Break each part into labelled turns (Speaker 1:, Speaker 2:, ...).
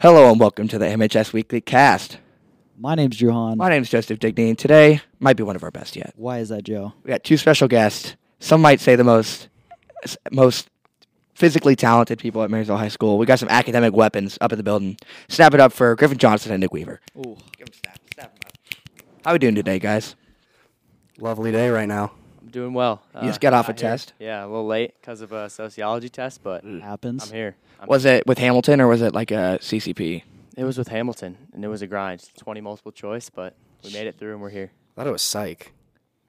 Speaker 1: Hello and welcome to the MHS Weekly Cast.
Speaker 2: My name's Johan.
Speaker 1: My name is Joseph Digney, and today might be one of our best yet.
Speaker 2: Why is that, Joe?
Speaker 1: We got two special guests. Some might say the most s- most physically talented people at Marysville High School. We got some academic weapons up in the building. Snap it up for Griffin Johnson and Nick Weaver.
Speaker 2: Ooh.
Speaker 1: Give 'em a snap, snap 'em up. How we doing today, guys?
Speaker 3: Lovely day right now.
Speaker 4: I'm doing well. Uh,
Speaker 1: You just got off a
Speaker 4: got here.
Speaker 1: test? Hmm.
Speaker 4: Yeah, a little late because of a sociology test, but I'm
Speaker 2: Happens.
Speaker 4: here. I'm-
Speaker 1: Was it with Hamilton or was it like a CCP?
Speaker 4: It was with Hamilton, and it was a grind. 20 multiple choice, but we made it through, and we're here.
Speaker 3: Thought it was psych.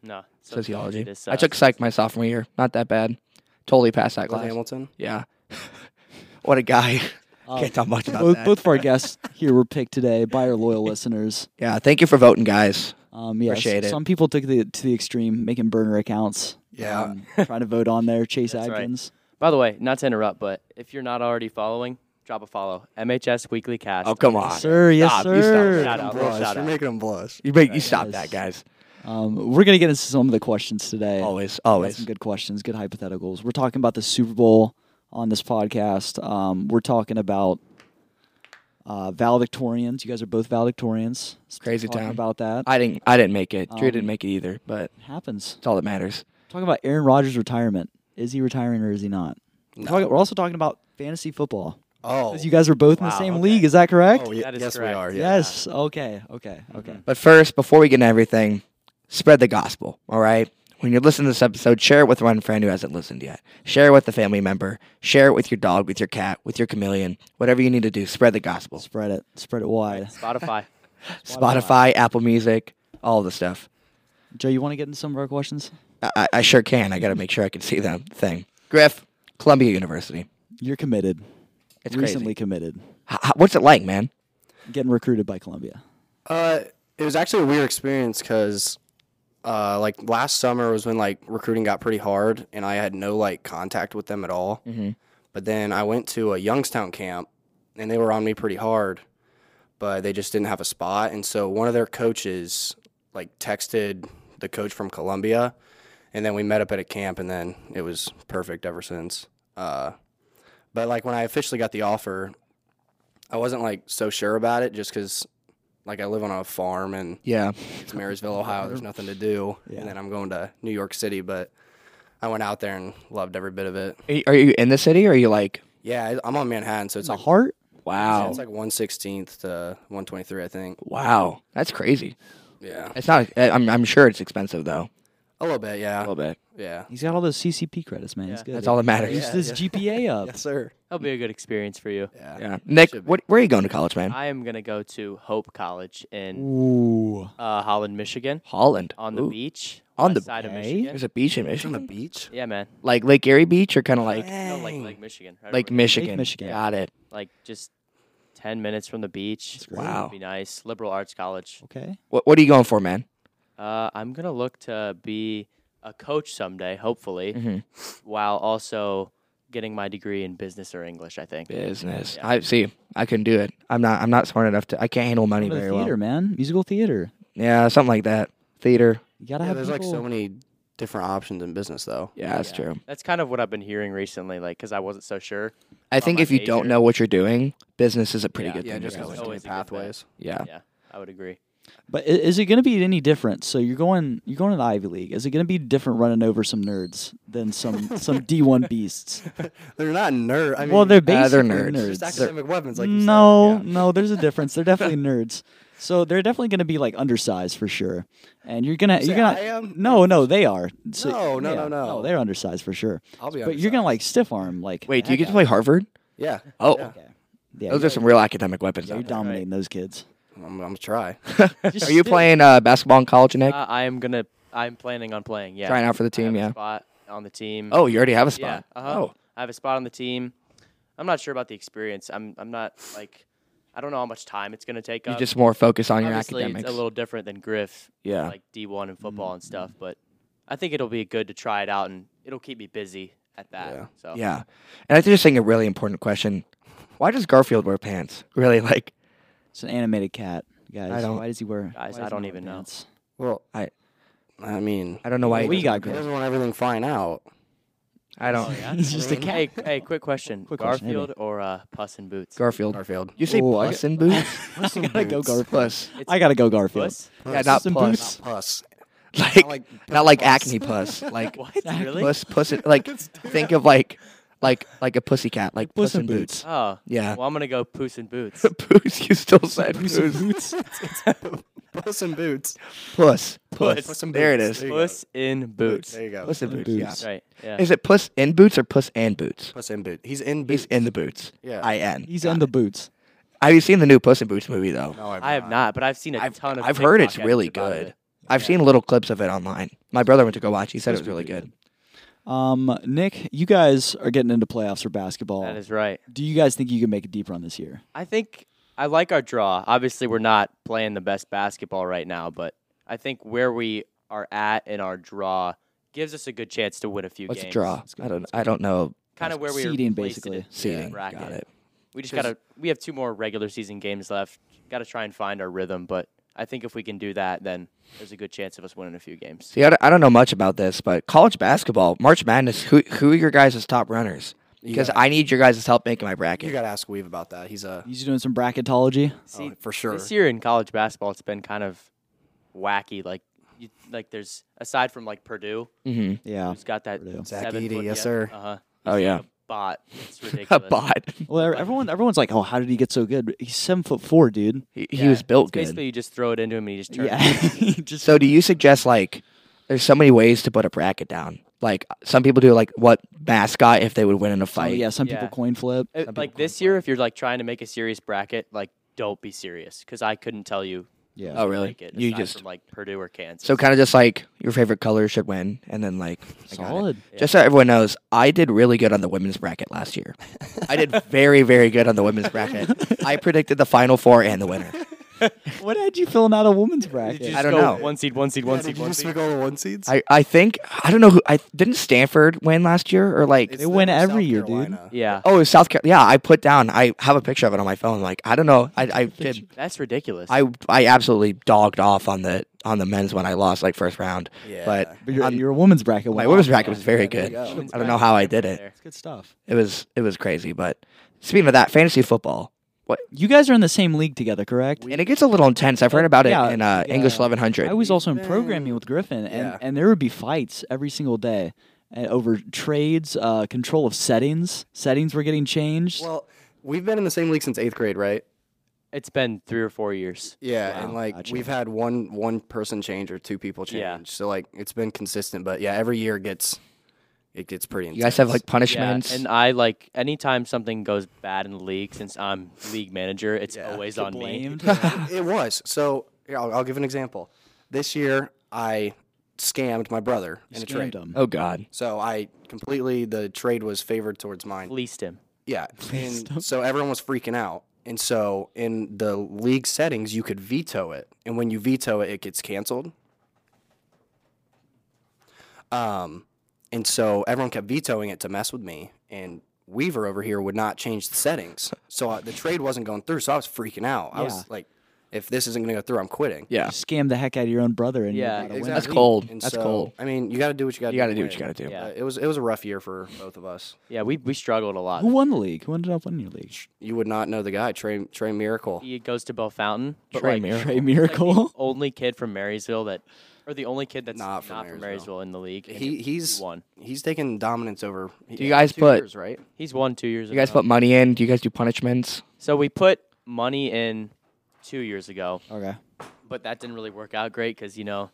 Speaker 4: No
Speaker 1: Sociology.
Speaker 4: this,
Speaker 1: I
Speaker 4: uh,
Speaker 1: took psych my sophomore year. Not that bad. Totally passed that
Speaker 3: With
Speaker 1: class.
Speaker 3: Hamilton.
Speaker 1: Yeah. what a guy. Can't talk much about
Speaker 2: Both,
Speaker 1: that.
Speaker 2: both of our guests here were picked today by our loyal listeners.
Speaker 1: Yeah, thank you for voting, guys.
Speaker 2: Um, yes,
Speaker 1: Appreciate it.
Speaker 2: Some people took the to the extreme, making burner accounts.
Speaker 3: Yeah.
Speaker 2: um, trying to vote on there. Chase
Speaker 4: That's right.
Speaker 2: Adkins.
Speaker 4: By the way, not to interrupt, but if you're not already following, drop a follow. MHS Weekly Cast.
Speaker 1: Oh, come on.
Speaker 2: Sir, yes,
Speaker 1: Stop, you stop.
Speaker 2: sir.
Speaker 4: Shout out,
Speaker 3: Blush.
Speaker 4: shout
Speaker 3: You're
Speaker 4: out.
Speaker 3: making them blush.
Speaker 1: You, make, you stop
Speaker 2: Yes.
Speaker 1: that, guys.
Speaker 2: Um, we're gonna get into some of the questions today.
Speaker 1: Always,
Speaker 2: Got
Speaker 1: always.
Speaker 2: some good questions, good hypotheticals. We're talking about the Super Bowl on this podcast. Um, we're talking about uh, valedictorians. You guys are both valedictorians. Let's
Speaker 1: Crazy
Speaker 2: talk
Speaker 1: time.
Speaker 2: about that.
Speaker 1: I didn't. I didn't make it. Drew
Speaker 2: Um,
Speaker 1: didn't make it either. But
Speaker 2: happens.
Speaker 1: it's all that matters.
Speaker 2: Talking about Aaron Rodgers' retirement. Is he retiring or is he not? We're, talking, we're also talking about fantasy football.
Speaker 3: Oh.
Speaker 2: 'Cause you guys are both in the
Speaker 4: Wow,
Speaker 2: same
Speaker 4: okay.
Speaker 2: league. Is that correct?
Speaker 3: oh, ye-
Speaker 4: That is
Speaker 3: yes,
Speaker 4: correct.
Speaker 3: we are. Yeah.
Speaker 2: yes. Okay. Okay. Okay.
Speaker 1: But first, before we get into everything, spread the gospel. All right. When you're listening to this episode, share it with one friend who hasn't listened yet. Share it with a family member. Share it with your dog, with your cat, with your chameleon. Whatever you need to do, spread the gospel.
Speaker 2: Spread it. Spread it wide.
Speaker 4: Spotify.
Speaker 1: Spotify, Apple Music, all the stuff.
Speaker 2: Joe, you want to get into some of our questions?
Speaker 1: I- I, I sure can. I got to make sure I can see that thing. Griff, Columbia University.
Speaker 2: You're committed.
Speaker 1: It's crazy.
Speaker 2: Recently committed.
Speaker 1: H- h- what's it like, man?
Speaker 2: Getting recruited by Columbia.
Speaker 3: Uh, it was actually a weird experience because, uh, like last summer was when like recruiting got pretty hard, and I had no like contact with them at all.
Speaker 1: Mhm.
Speaker 3: But then I went to a Youngstown camp, and they were on me pretty hard, but they just didn't have a spot. And so one of their coaches like texted the coach from Columbia, and then we met up at a camp, and then it was perfect ever since. Uh, but like when I officially got the offer, I wasn't like so sure about it just because like I live on a farm and
Speaker 1: Yeah.
Speaker 3: it's Marysville, Ohio. There's nothing to do,
Speaker 2: Yeah.
Speaker 3: and then I'm going to New York City. But I went out there and loved every bit of it.
Speaker 1: Are you, are you in the city or are you like,
Speaker 3: Yeah, I- I'm on Manhattan, so it's
Speaker 2: The
Speaker 3: like
Speaker 2: heart?
Speaker 1: wow,
Speaker 3: it's like 116th to 123, I think.
Speaker 1: wow, that's crazy.
Speaker 3: Yeah,
Speaker 1: It's not, I- I'm, I'm sure it's expensive though.
Speaker 3: a little bit.
Speaker 1: A
Speaker 3: Yeah,
Speaker 1: little bit.
Speaker 3: yeah.
Speaker 2: He's got all those CCP credits, man. He's
Speaker 4: Yeah.
Speaker 2: good.
Speaker 1: That's all that matters.
Speaker 2: Boost his GPA up.
Speaker 3: sir.
Speaker 4: That'll be a good experience for you.
Speaker 3: Yeah.
Speaker 1: Yeah. Nick,
Speaker 3: Should be.
Speaker 1: what, where are you going to college, man?
Speaker 4: I am going to go to Hope College in
Speaker 2: Ooh.
Speaker 4: uh, Holland, Michigan
Speaker 1: Holland.
Speaker 4: on the
Speaker 1: Ooh.
Speaker 4: beach.
Speaker 1: On the-
Speaker 4: west side of
Speaker 2: Hey.
Speaker 4: Michigan.
Speaker 1: There's a beach in
Speaker 3: It's on the
Speaker 1: Michigan.
Speaker 3: beach.
Speaker 4: Yeah, man.
Speaker 1: Like Lake Erie Beach or kind of like
Speaker 4: No, like
Speaker 3: Dang.
Speaker 4: Lake Michigan. right
Speaker 1: Lake
Speaker 4: over-
Speaker 1: Michigan.
Speaker 2: Michigan.
Speaker 1: Got it.
Speaker 4: Like just 10 minutes from the beach.
Speaker 2: great.
Speaker 1: Wow.
Speaker 4: Would be nice. Liberal arts college.
Speaker 2: Okay.
Speaker 1: What, what are you going for, man?
Speaker 4: Uh, I'm gonna look to be a coach someday, hopefully,
Speaker 1: Mhm.
Speaker 4: while also getting my degree in business or English. I think.
Speaker 1: Business.
Speaker 4: Yeah.
Speaker 1: I see. I couldn't do it. I'm not. I'm not smart enough to. I can't handle money
Speaker 2: Go to the
Speaker 1: very
Speaker 2: theater,
Speaker 1: well.
Speaker 2: man. Musical theater.
Speaker 1: Yeah, something like that. Theater.
Speaker 2: You gotta
Speaker 3: Yeah,
Speaker 2: have
Speaker 3: there's like
Speaker 2: people-
Speaker 3: so many different options in business, though.
Speaker 1: Yeah, that's
Speaker 4: Yeah.
Speaker 1: true.
Speaker 4: That's kind of what I've been hearing recently, like because I wasn't so sure.
Speaker 1: I think
Speaker 4: my
Speaker 1: if you don't
Speaker 4: major.
Speaker 1: know what you're doing, business is a pretty
Speaker 4: Yeah.
Speaker 1: good
Speaker 4: Yeah,
Speaker 1: thing
Speaker 4: just
Speaker 1: to go
Speaker 4: as
Speaker 1: into.
Speaker 4: a- always good bet.
Speaker 3: pathways.
Speaker 1: Yeah.
Speaker 4: Yeah, I would agree.
Speaker 2: But i- is it going to be any different? So you're going you're going to the Ivy League. Is it going to be different running over some nerds than some some D1 beasts?
Speaker 3: They're not nerd. I mean,
Speaker 2: well, they're
Speaker 1: uh, they're
Speaker 2: basically
Speaker 1: nerds.
Speaker 3: they're just academic weapons. Like you said.
Speaker 2: no,
Speaker 3: Yeah.
Speaker 2: no, there's a difference. They're definitely nerds. So they're definitely going to be like undersized for sure. And you're gonna
Speaker 3: You
Speaker 2: you're
Speaker 3: say
Speaker 2: gonna
Speaker 3: I am?
Speaker 2: no no they are So-
Speaker 3: No, no,
Speaker 2: yeah,
Speaker 3: no, no.
Speaker 2: they're undersized for sure.
Speaker 3: I'll be.
Speaker 2: But you're gonna
Speaker 3: undersized.
Speaker 2: like stiff arm like
Speaker 1: Wait, do you
Speaker 2: heck
Speaker 1: get to
Speaker 2: out.
Speaker 1: play Harvard?
Speaker 3: Yeah.
Speaker 1: Oh,
Speaker 3: Yeah.
Speaker 2: Yeah,
Speaker 1: those
Speaker 2: you-
Speaker 1: are some real academic weapons.
Speaker 2: yeah, you're
Speaker 1: out there.
Speaker 2: dominating those kids.
Speaker 3: I'm, I'm gonna try.
Speaker 1: Are you playing uh, basketball in college, Nick?
Speaker 4: Uh, I am gonna. I'm planning on playing. Yeah.
Speaker 1: Trying out for the
Speaker 4: I
Speaker 1: team,
Speaker 4: have a
Speaker 1: yeah.
Speaker 4: Spot on the team.
Speaker 1: oh, you already have a
Speaker 4: Yeah.
Speaker 1: spot.
Speaker 4: Uh-huh.
Speaker 1: Oh,
Speaker 4: I have a spot on the team. I'm not sure about the experience. I'm. I'm not like. I don't know how much time it's gonna take.
Speaker 1: you
Speaker 4: up.
Speaker 1: just more focus on your
Speaker 4: Obviously,
Speaker 1: academics.
Speaker 4: It's a little different than Griff.
Speaker 1: Yeah.
Speaker 4: Like D1 and football and stuff, but I think it'll be good to try it out and it'll keep me busy at that.
Speaker 3: Yeah.
Speaker 4: So
Speaker 1: yeah, and I think you're saying a really important question. Why does Garfield wear pants? Really, like
Speaker 2: It's an animated cat, guys.
Speaker 1: I don't-
Speaker 2: why does he wear?
Speaker 4: Guys,
Speaker 2: why
Speaker 4: I
Speaker 2: does he
Speaker 4: don't
Speaker 2: wear
Speaker 4: even know.
Speaker 2: pants?
Speaker 3: Well,
Speaker 1: I-
Speaker 3: I mean,
Speaker 1: I don't know why. he
Speaker 2: we
Speaker 1: doesn't
Speaker 2: got
Speaker 1: wear
Speaker 3: he
Speaker 1: pants.
Speaker 3: doesn't want everything flying out.
Speaker 1: I don't.
Speaker 4: Oh,
Speaker 2: He's just a cat.
Speaker 4: Hey, hey, quick question.
Speaker 2: Quick question,
Speaker 4: Garfield or uh, Puss in Boots?
Speaker 1: Garfield.
Speaker 3: Garfield.
Speaker 1: You say
Speaker 2: Oh, I
Speaker 1: puss
Speaker 2: get-
Speaker 1: in boots?
Speaker 2: I gotta go Garfield.
Speaker 1: Puss.
Speaker 4: It's
Speaker 2: I gotta go Garfield.
Speaker 4: Puss?
Speaker 1: Yeah, not
Speaker 2: in
Speaker 1: puss.
Speaker 2: boots.
Speaker 3: Puss.
Speaker 1: Like
Speaker 3: like
Speaker 1: not like
Speaker 3: puss.
Speaker 1: acne puss. Like
Speaker 4: What? Really?
Speaker 1: puss puss. in- like think of like like like a pussy cat. Like
Speaker 2: Puss
Speaker 1: puss,
Speaker 2: in
Speaker 1: in boots.
Speaker 4: Oh.
Speaker 1: Yeah.
Speaker 4: Well, I'm gonna go Puss in Boots.
Speaker 1: Boots. You still said
Speaker 2: Puss
Speaker 1: puss.
Speaker 2: in boots.
Speaker 3: Puss in boots.
Speaker 1: Puss.
Speaker 4: Puss.
Speaker 1: Puss.
Speaker 3: Puss in
Speaker 1: There it is.
Speaker 3: boots. There you go.
Speaker 4: Puss in Boots.
Speaker 3: There you go.
Speaker 1: Puss in
Speaker 2: In
Speaker 1: boots. Yeah.
Speaker 2: boots.
Speaker 4: Right. Yeah.
Speaker 1: Is it puss in boots or puss and boots?
Speaker 3: Puss in boot. He's in
Speaker 1: He's
Speaker 3: boots.
Speaker 1: in the boots.
Speaker 3: Yeah.
Speaker 1: I N.
Speaker 2: He's in the boots.
Speaker 1: Have you seen the new Puss in Boots movie though?
Speaker 3: No, I've
Speaker 4: I have not, but I've seen a
Speaker 1: I've,
Speaker 4: ton of.
Speaker 1: I've heard it's
Speaker 4: TikTok
Speaker 1: really
Speaker 4: edits about
Speaker 1: good.
Speaker 4: it.
Speaker 1: I've seen little clips of it online. My brother went to go watch. He said it
Speaker 2: Supposed
Speaker 1: was
Speaker 2: to be
Speaker 1: really
Speaker 2: pretty
Speaker 1: good.
Speaker 2: Um, Nick, you guys are getting into playoffs for basketball.
Speaker 4: That is right.
Speaker 2: Do you guys think you can make a deep run this year?
Speaker 4: I think I like our draw. Obviously, we're not playing the best basketball right now, but I think where we are at in our draw gives us a good chance to win a few
Speaker 1: What's
Speaker 4: games.
Speaker 1: a draw? I don't. I don't know.
Speaker 4: Kind of where we
Speaker 2: Seeding,
Speaker 4: are placed in
Speaker 2: basically.
Speaker 4: the
Speaker 1: Seeding.
Speaker 4: bracket.
Speaker 1: Got it.
Speaker 4: We just gotta. We have two more regular season games left. Got to try and find our rhythm, but I think if we can do that, then there's a good chance of us winning a few games.
Speaker 1: See, I don't, I don't know much about this, but college basketball, March Madness. Who who are your guys' top runners? Because I need your guys' help making my
Speaker 3: You
Speaker 1: bracket.
Speaker 3: gotta ask Weave about that. He's a
Speaker 2: He's doing some bracketology.
Speaker 4: See,
Speaker 3: oh, for sure.
Speaker 4: This year in college basketball, it's been kind of wacky. Like, you, like there's aside from like Purdue,
Speaker 1: hmm
Speaker 2: Yeah.
Speaker 4: who's got that
Speaker 2: Purdue.
Speaker 3: Zach
Speaker 4: seven
Speaker 3: Edey,
Speaker 4: foot-
Speaker 3: yes,
Speaker 4: yeah,
Speaker 3: sir.
Speaker 4: Uh-huh.
Speaker 1: Oh,
Speaker 4: He's
Speaker 1: yeah.
Speaker 4: like a bot. It's
Speaker 1: A
Speaker 4: ridiculous.
Speaker 1: bot.
Speaker 2: Well,
Speaker 4: Like-
Speaker 2: everyone, everyone's like, "Oh, how did he get so good?" He's seven foot four, dude.
Speaker 1: He, he
Speaker 4: Yeah,
Speaker 1: was built
Speaker 4: it's
Speaker 1: good.
Speaker 4: Basically, you just throw it into him and he just turns.
Speaker 2: Yeah.
Speaker 4: Yeah.
Speaker 2: He just
Speaker 1: So, do you suggest like? There's so many ways to put a bracket down. Like some people do, like what mascot if they would win in a
Speaker 2: oh,
Speaker 1: fight.
Speaker 2: yeah. Some people
Speaker 4: Yeah.
Speaker 2: coin flip.
Speaker 4: It- Uh, like this year, if you're like trying to make a serious bracket, like don't be serious because I couldn't tell you.
Speaker 2: Yeah.
Speaker 1: Oh really?
Speaker 4: Make it,
Speaker 1: You
Speaker 4: aside
Speaker 1: just
Speaker 4: from, like Purdue or Kansas.
Speaker 1: so kind of just like your favorite color should win, and then like I got it.
Speaker 2: solid.
Speaker 4: Yeah.
Speaker 1: Just so everyone knows, I did really good on the women's bracket last year. I did very, very good on the women's bracket. I predicted the final four and the winner.
Speaker 2: what had you filling out a woman's
Speaker 4: Did you
Speaker 2: bracket?
Speaker 4: just
Speaker 1: I don't
Speaker 4: go
Speaker 1: know.
Speaker 4: One seed, one seed, one seed, one seed.
Speaker 3: all the one seeds?
Speaker 1: I, I think I don't know who I didn't Stanford win last year or like
Speaker 2: They win every year, dude.
Speaker 4: Yeah,
Speaker 1: oh it was South Carolina. Yeah, I put down. I have a picture of it on my phone. Like I don't know. I, I did.
Speaker 4: that's ridiculous.
Speaker 1: I I absolutely dogged off on the on the men's when I lost like first round.
Speaker 3: Yeah.
Speaker 1: But
Speaker 2: But your, your women's bracket.
Speaker 1: um, my
Speaker 2: went
Speaker 1: women's
Speaker 2: up.
Speaker 1: bracket was very
Speaker 3: there you
Speaker 1: good.
Speaker 3: go.
Speaker 1: I
Speaker 3: Women's
Speaker 1: don't know how I did it.
Speaker 4: There.
Speaker 2: It's good stuff.
Speaker 1: It was it was crazy. But speaking of that, fantasy football.
Speaker 2: You guys are in the same league together, correct?
Speaker 1: And it gets a little intense. I've heard about it
Speaker 2: Yeah,
Speaker 1: in uh,
Speaker 2: yeah.
Speaker 1: English 1100.
Speaker 2: I was also in
Speaker 3: We've
Speaker 2: programming
Speaker 3: been-
Speaker 2: with Griffin, and,
Speaker 3: Yeah.
Speaker 2: and there would be fights every single day uh, over trades, uh, control of settings. Settings were getting changed.
Speaker 3: Well, we've been in the same league since eighth grade, right?
Speaker 4: It's been three or four years.
Speaker 3: Yeah, and
Speaker 2: Wow,
Speaker 3: like
Speaker 2: gotcha.
Speaker 3: we've had one one person change or two people change.
Speaker 4: Yeah.
Speaker 3: So like it's been consistent, but yeah, every year gets it gets pretty intense.
Speaker 1: You guys have like
Speaker 4: Yeah,
Speaker 1: punishments.
Speaker 4: and uh, I like anytime something goes bad in the league, since I'm league manager, it's
Speaker 3: Yeah.
Speaker 4: always
Speaker 2: Get
Speaker 4: on me.
Speaker 2: blamed.
Speaker 3: it was. So here, I'll, I'll give an example. This year I scammed my brother in a
Speaker 2: Scammed
Speaker 3: trade.
Speaker 2: 'em.
Speaker 1: oh God.
Speaker 3: So I completely the trade was favored towards mine.
Speaker 4: Fleeced him.
Speaker 3: Yeah. And so everyone was freaking out. And so in the league settings, you could veto it. And when you veto it, it gets canceled. Um, and so everyone kept vetoing it to mess with me. And Weaver over here would not change the settings. So uh, the trade wasn't going through. So I was freaking out. I
Speaker 2: Yeah.
Speaker 3: was like, if this isn't going to go through, I'm quitting.
Speaker 1: Yeah.
Speaker 2: You scam the heck out of your own brother, and
Speaker 4: Yeah,
Speaker 2: you gotta win.
Speaker 1: That's cold. That's
Speaker 3: so,
Speaker 1: cold.
Speaker 3: I mean, you got to do what you got to do.
Speaker 1: You got to
Speaker 3: to
Speaker 1: do what you
Speaker 3: win.
Speaker 1: got to do.
Speaker 4: Yeah.
Speaker 3: Uh, it was it was a rough year for both of us.
Speaker 4: Yeah, we we struggled a lot.
Speaker 2: Who won the league? Who ended up winning your league?
Speaker 3: You would not know the guy, Trey Trey Miracle.
Speaker 4: He goes to Bell Fountain. But
Speaker 1: Trey
Speaker 4: like,
Speaker 1: Mir-
Speaker 2: Trey Miracle.
Speaker 4: only kid from Marysville that, or the only kid that's
Speaker 3: Not
Speaker 4: not
Speaker 3: from
Speaker 4: from,
Speaker 3: Marysville.
Speaker 4: Marysville. in the league. and
Speaker 3: He he's
Speaker 4: won.
Speaker 3: He's taken dominance over.
Speaker 1: Do you guys put-
Speaker 3: years, right?
Speaker 4: He's won two years.
Speaker 1: You
Speaker 4: in a
Speaker 1: guys
Speaker 4: row.
Speaker 1: put money in. Do you guys do punishments?
Speaker 4: So we put money in two years ago,
Speaker 2: Okay.
Speaker 4: but that didn't really work out great because you know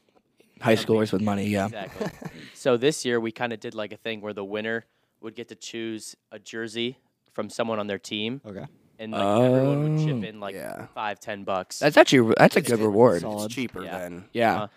Speaker 1: High schoolers with money. Yeah.
Speaker 4: exactly. so this year we kind of did like a thing where the winner would get to choose a jersey from someone on their team,
Speaker 2: Okay.
Speaker 4: and like everyone would chip in like
Speaker 3: yeah.
Speaker 4: five, ten bucks.
Speaker 1: Oh, That's actually that's a good reward.
Speaker 2: Solid.
Speaker 3: It's cheaper
Speaker 4: Yeah.
Speaker 3: than.
Speaker 1: Yeah.
Speaker 4: Uh,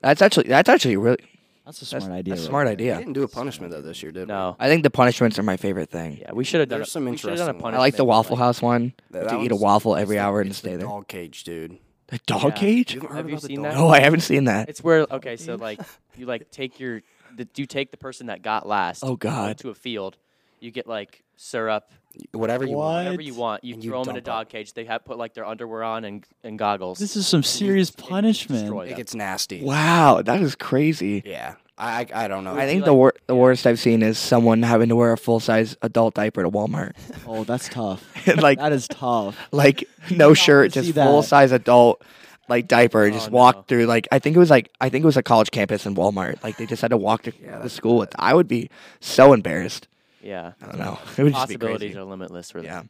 Speaker 1: That's actually that's actually really
Speaker 2: That's a smart
Speaker 1: that's
Speaker 2: idea.
Speaker 1: That's a
Speaker 2: right
Speaker 1: smart
Speaker 2: there.
Speaker 3: We
Speaker 1: idea.
Speaker 3: didn't do a punishment though this year, did
Speaker 4: no.
Speaker 1: I think the punishments are my favorite thing.
Speaker 4: Yeah, we should have done.
Speaker 3: There's
Speaker 4: a-
Speaker 3: some
Speaker 4: we should've done a
Speaker 3: interesting ones.
Speaker 1: I like the
Speaker 4: punishment,
Speaker 1: Waffle
Speaker 4: like-
Speaker 1: House one.
Speaker 3: That-
Speaker 1: You have
Speaker 3: that
Speaker 1: to eat a
Speaker 3: one's-
Speaker 1: waffle
Speaker 3: we?
Speaker 1: every
Speaker 3: It's the-
Speaker 1: hour and
Speaker 3: it's
Speaker 1: stay
Speaker 3: the
Speaker 1: there.
Speaker 3: Dog cage, dude.
Speaker 1: The dog
Speaker 4: Yeah.
Speaker 1: cage?
Speaker 3: You haven't heard
Speaker 4: Have you
Speaker 3: about the
Speaker 4: seen
Speaker 3: dog
Speaker 4: that?
Speaker 1: No, I haven't seen that.
Speaker 4: It's where okay, so like you like take your the, you take the person that got last.
Speaker 1: Oh,
Speaker 4: you go
Speaker 1: God.
Speaker 4: To a field, you get like syrup,
Speaker 3: Whatever you want.
Speaker 4: whatever you
Speaker 2: What?
Speaker 4: want. You
Speaker 3: And you
Speaker 4: throw them in
Speaker 3: dump
Speaker 4: a
Speaker 3: it.
Speaker 4: dog cage. They have put like their underwear on and and goggles.
Speaker 2: This is some serious
Speaker 4: and
Speaker 2: punishment.
Speaker 4: destroy
Speaker 3: It
Speaker 4: them.
Speaker 3: gets nasty.
Speaker 1: Wow, that is crazy.
Speaker 3: Yeah. I I, I don't know.
Speaker 1: I
Speaker 4: be
Speaker 1: think
Speaker 4: like-
Speaker 1: the wor- the
Speaker 4: yeah.
Speaker 1: worst I've seen is someone having to wear a full size adult diaper to Walmart,
Speaker 2: Oh, that's tough.
Speaker 1: like
Speaker 2: that is tough.
Speaker 1: like no
Speaker 2: wanna
Speaker 1: shirt,
Speaker 2: see
Speaker 1: just
Speaker 2: that.
Speaker 1: full size adult like diaper. just
Speaker 4: no.
Speaker 1: walked through like I think it was like I think it was a college campus in Walmart. Like they just had to walk to the school. With, I would be so embarrassed.
Speaker 4: Yeah.
Speaker 1: I don't know. It would just be
Speaker 4: Possibilities
Speaker 1: crazy.
Speaker 4: are limitless, really.
Speaker 1: Yeah,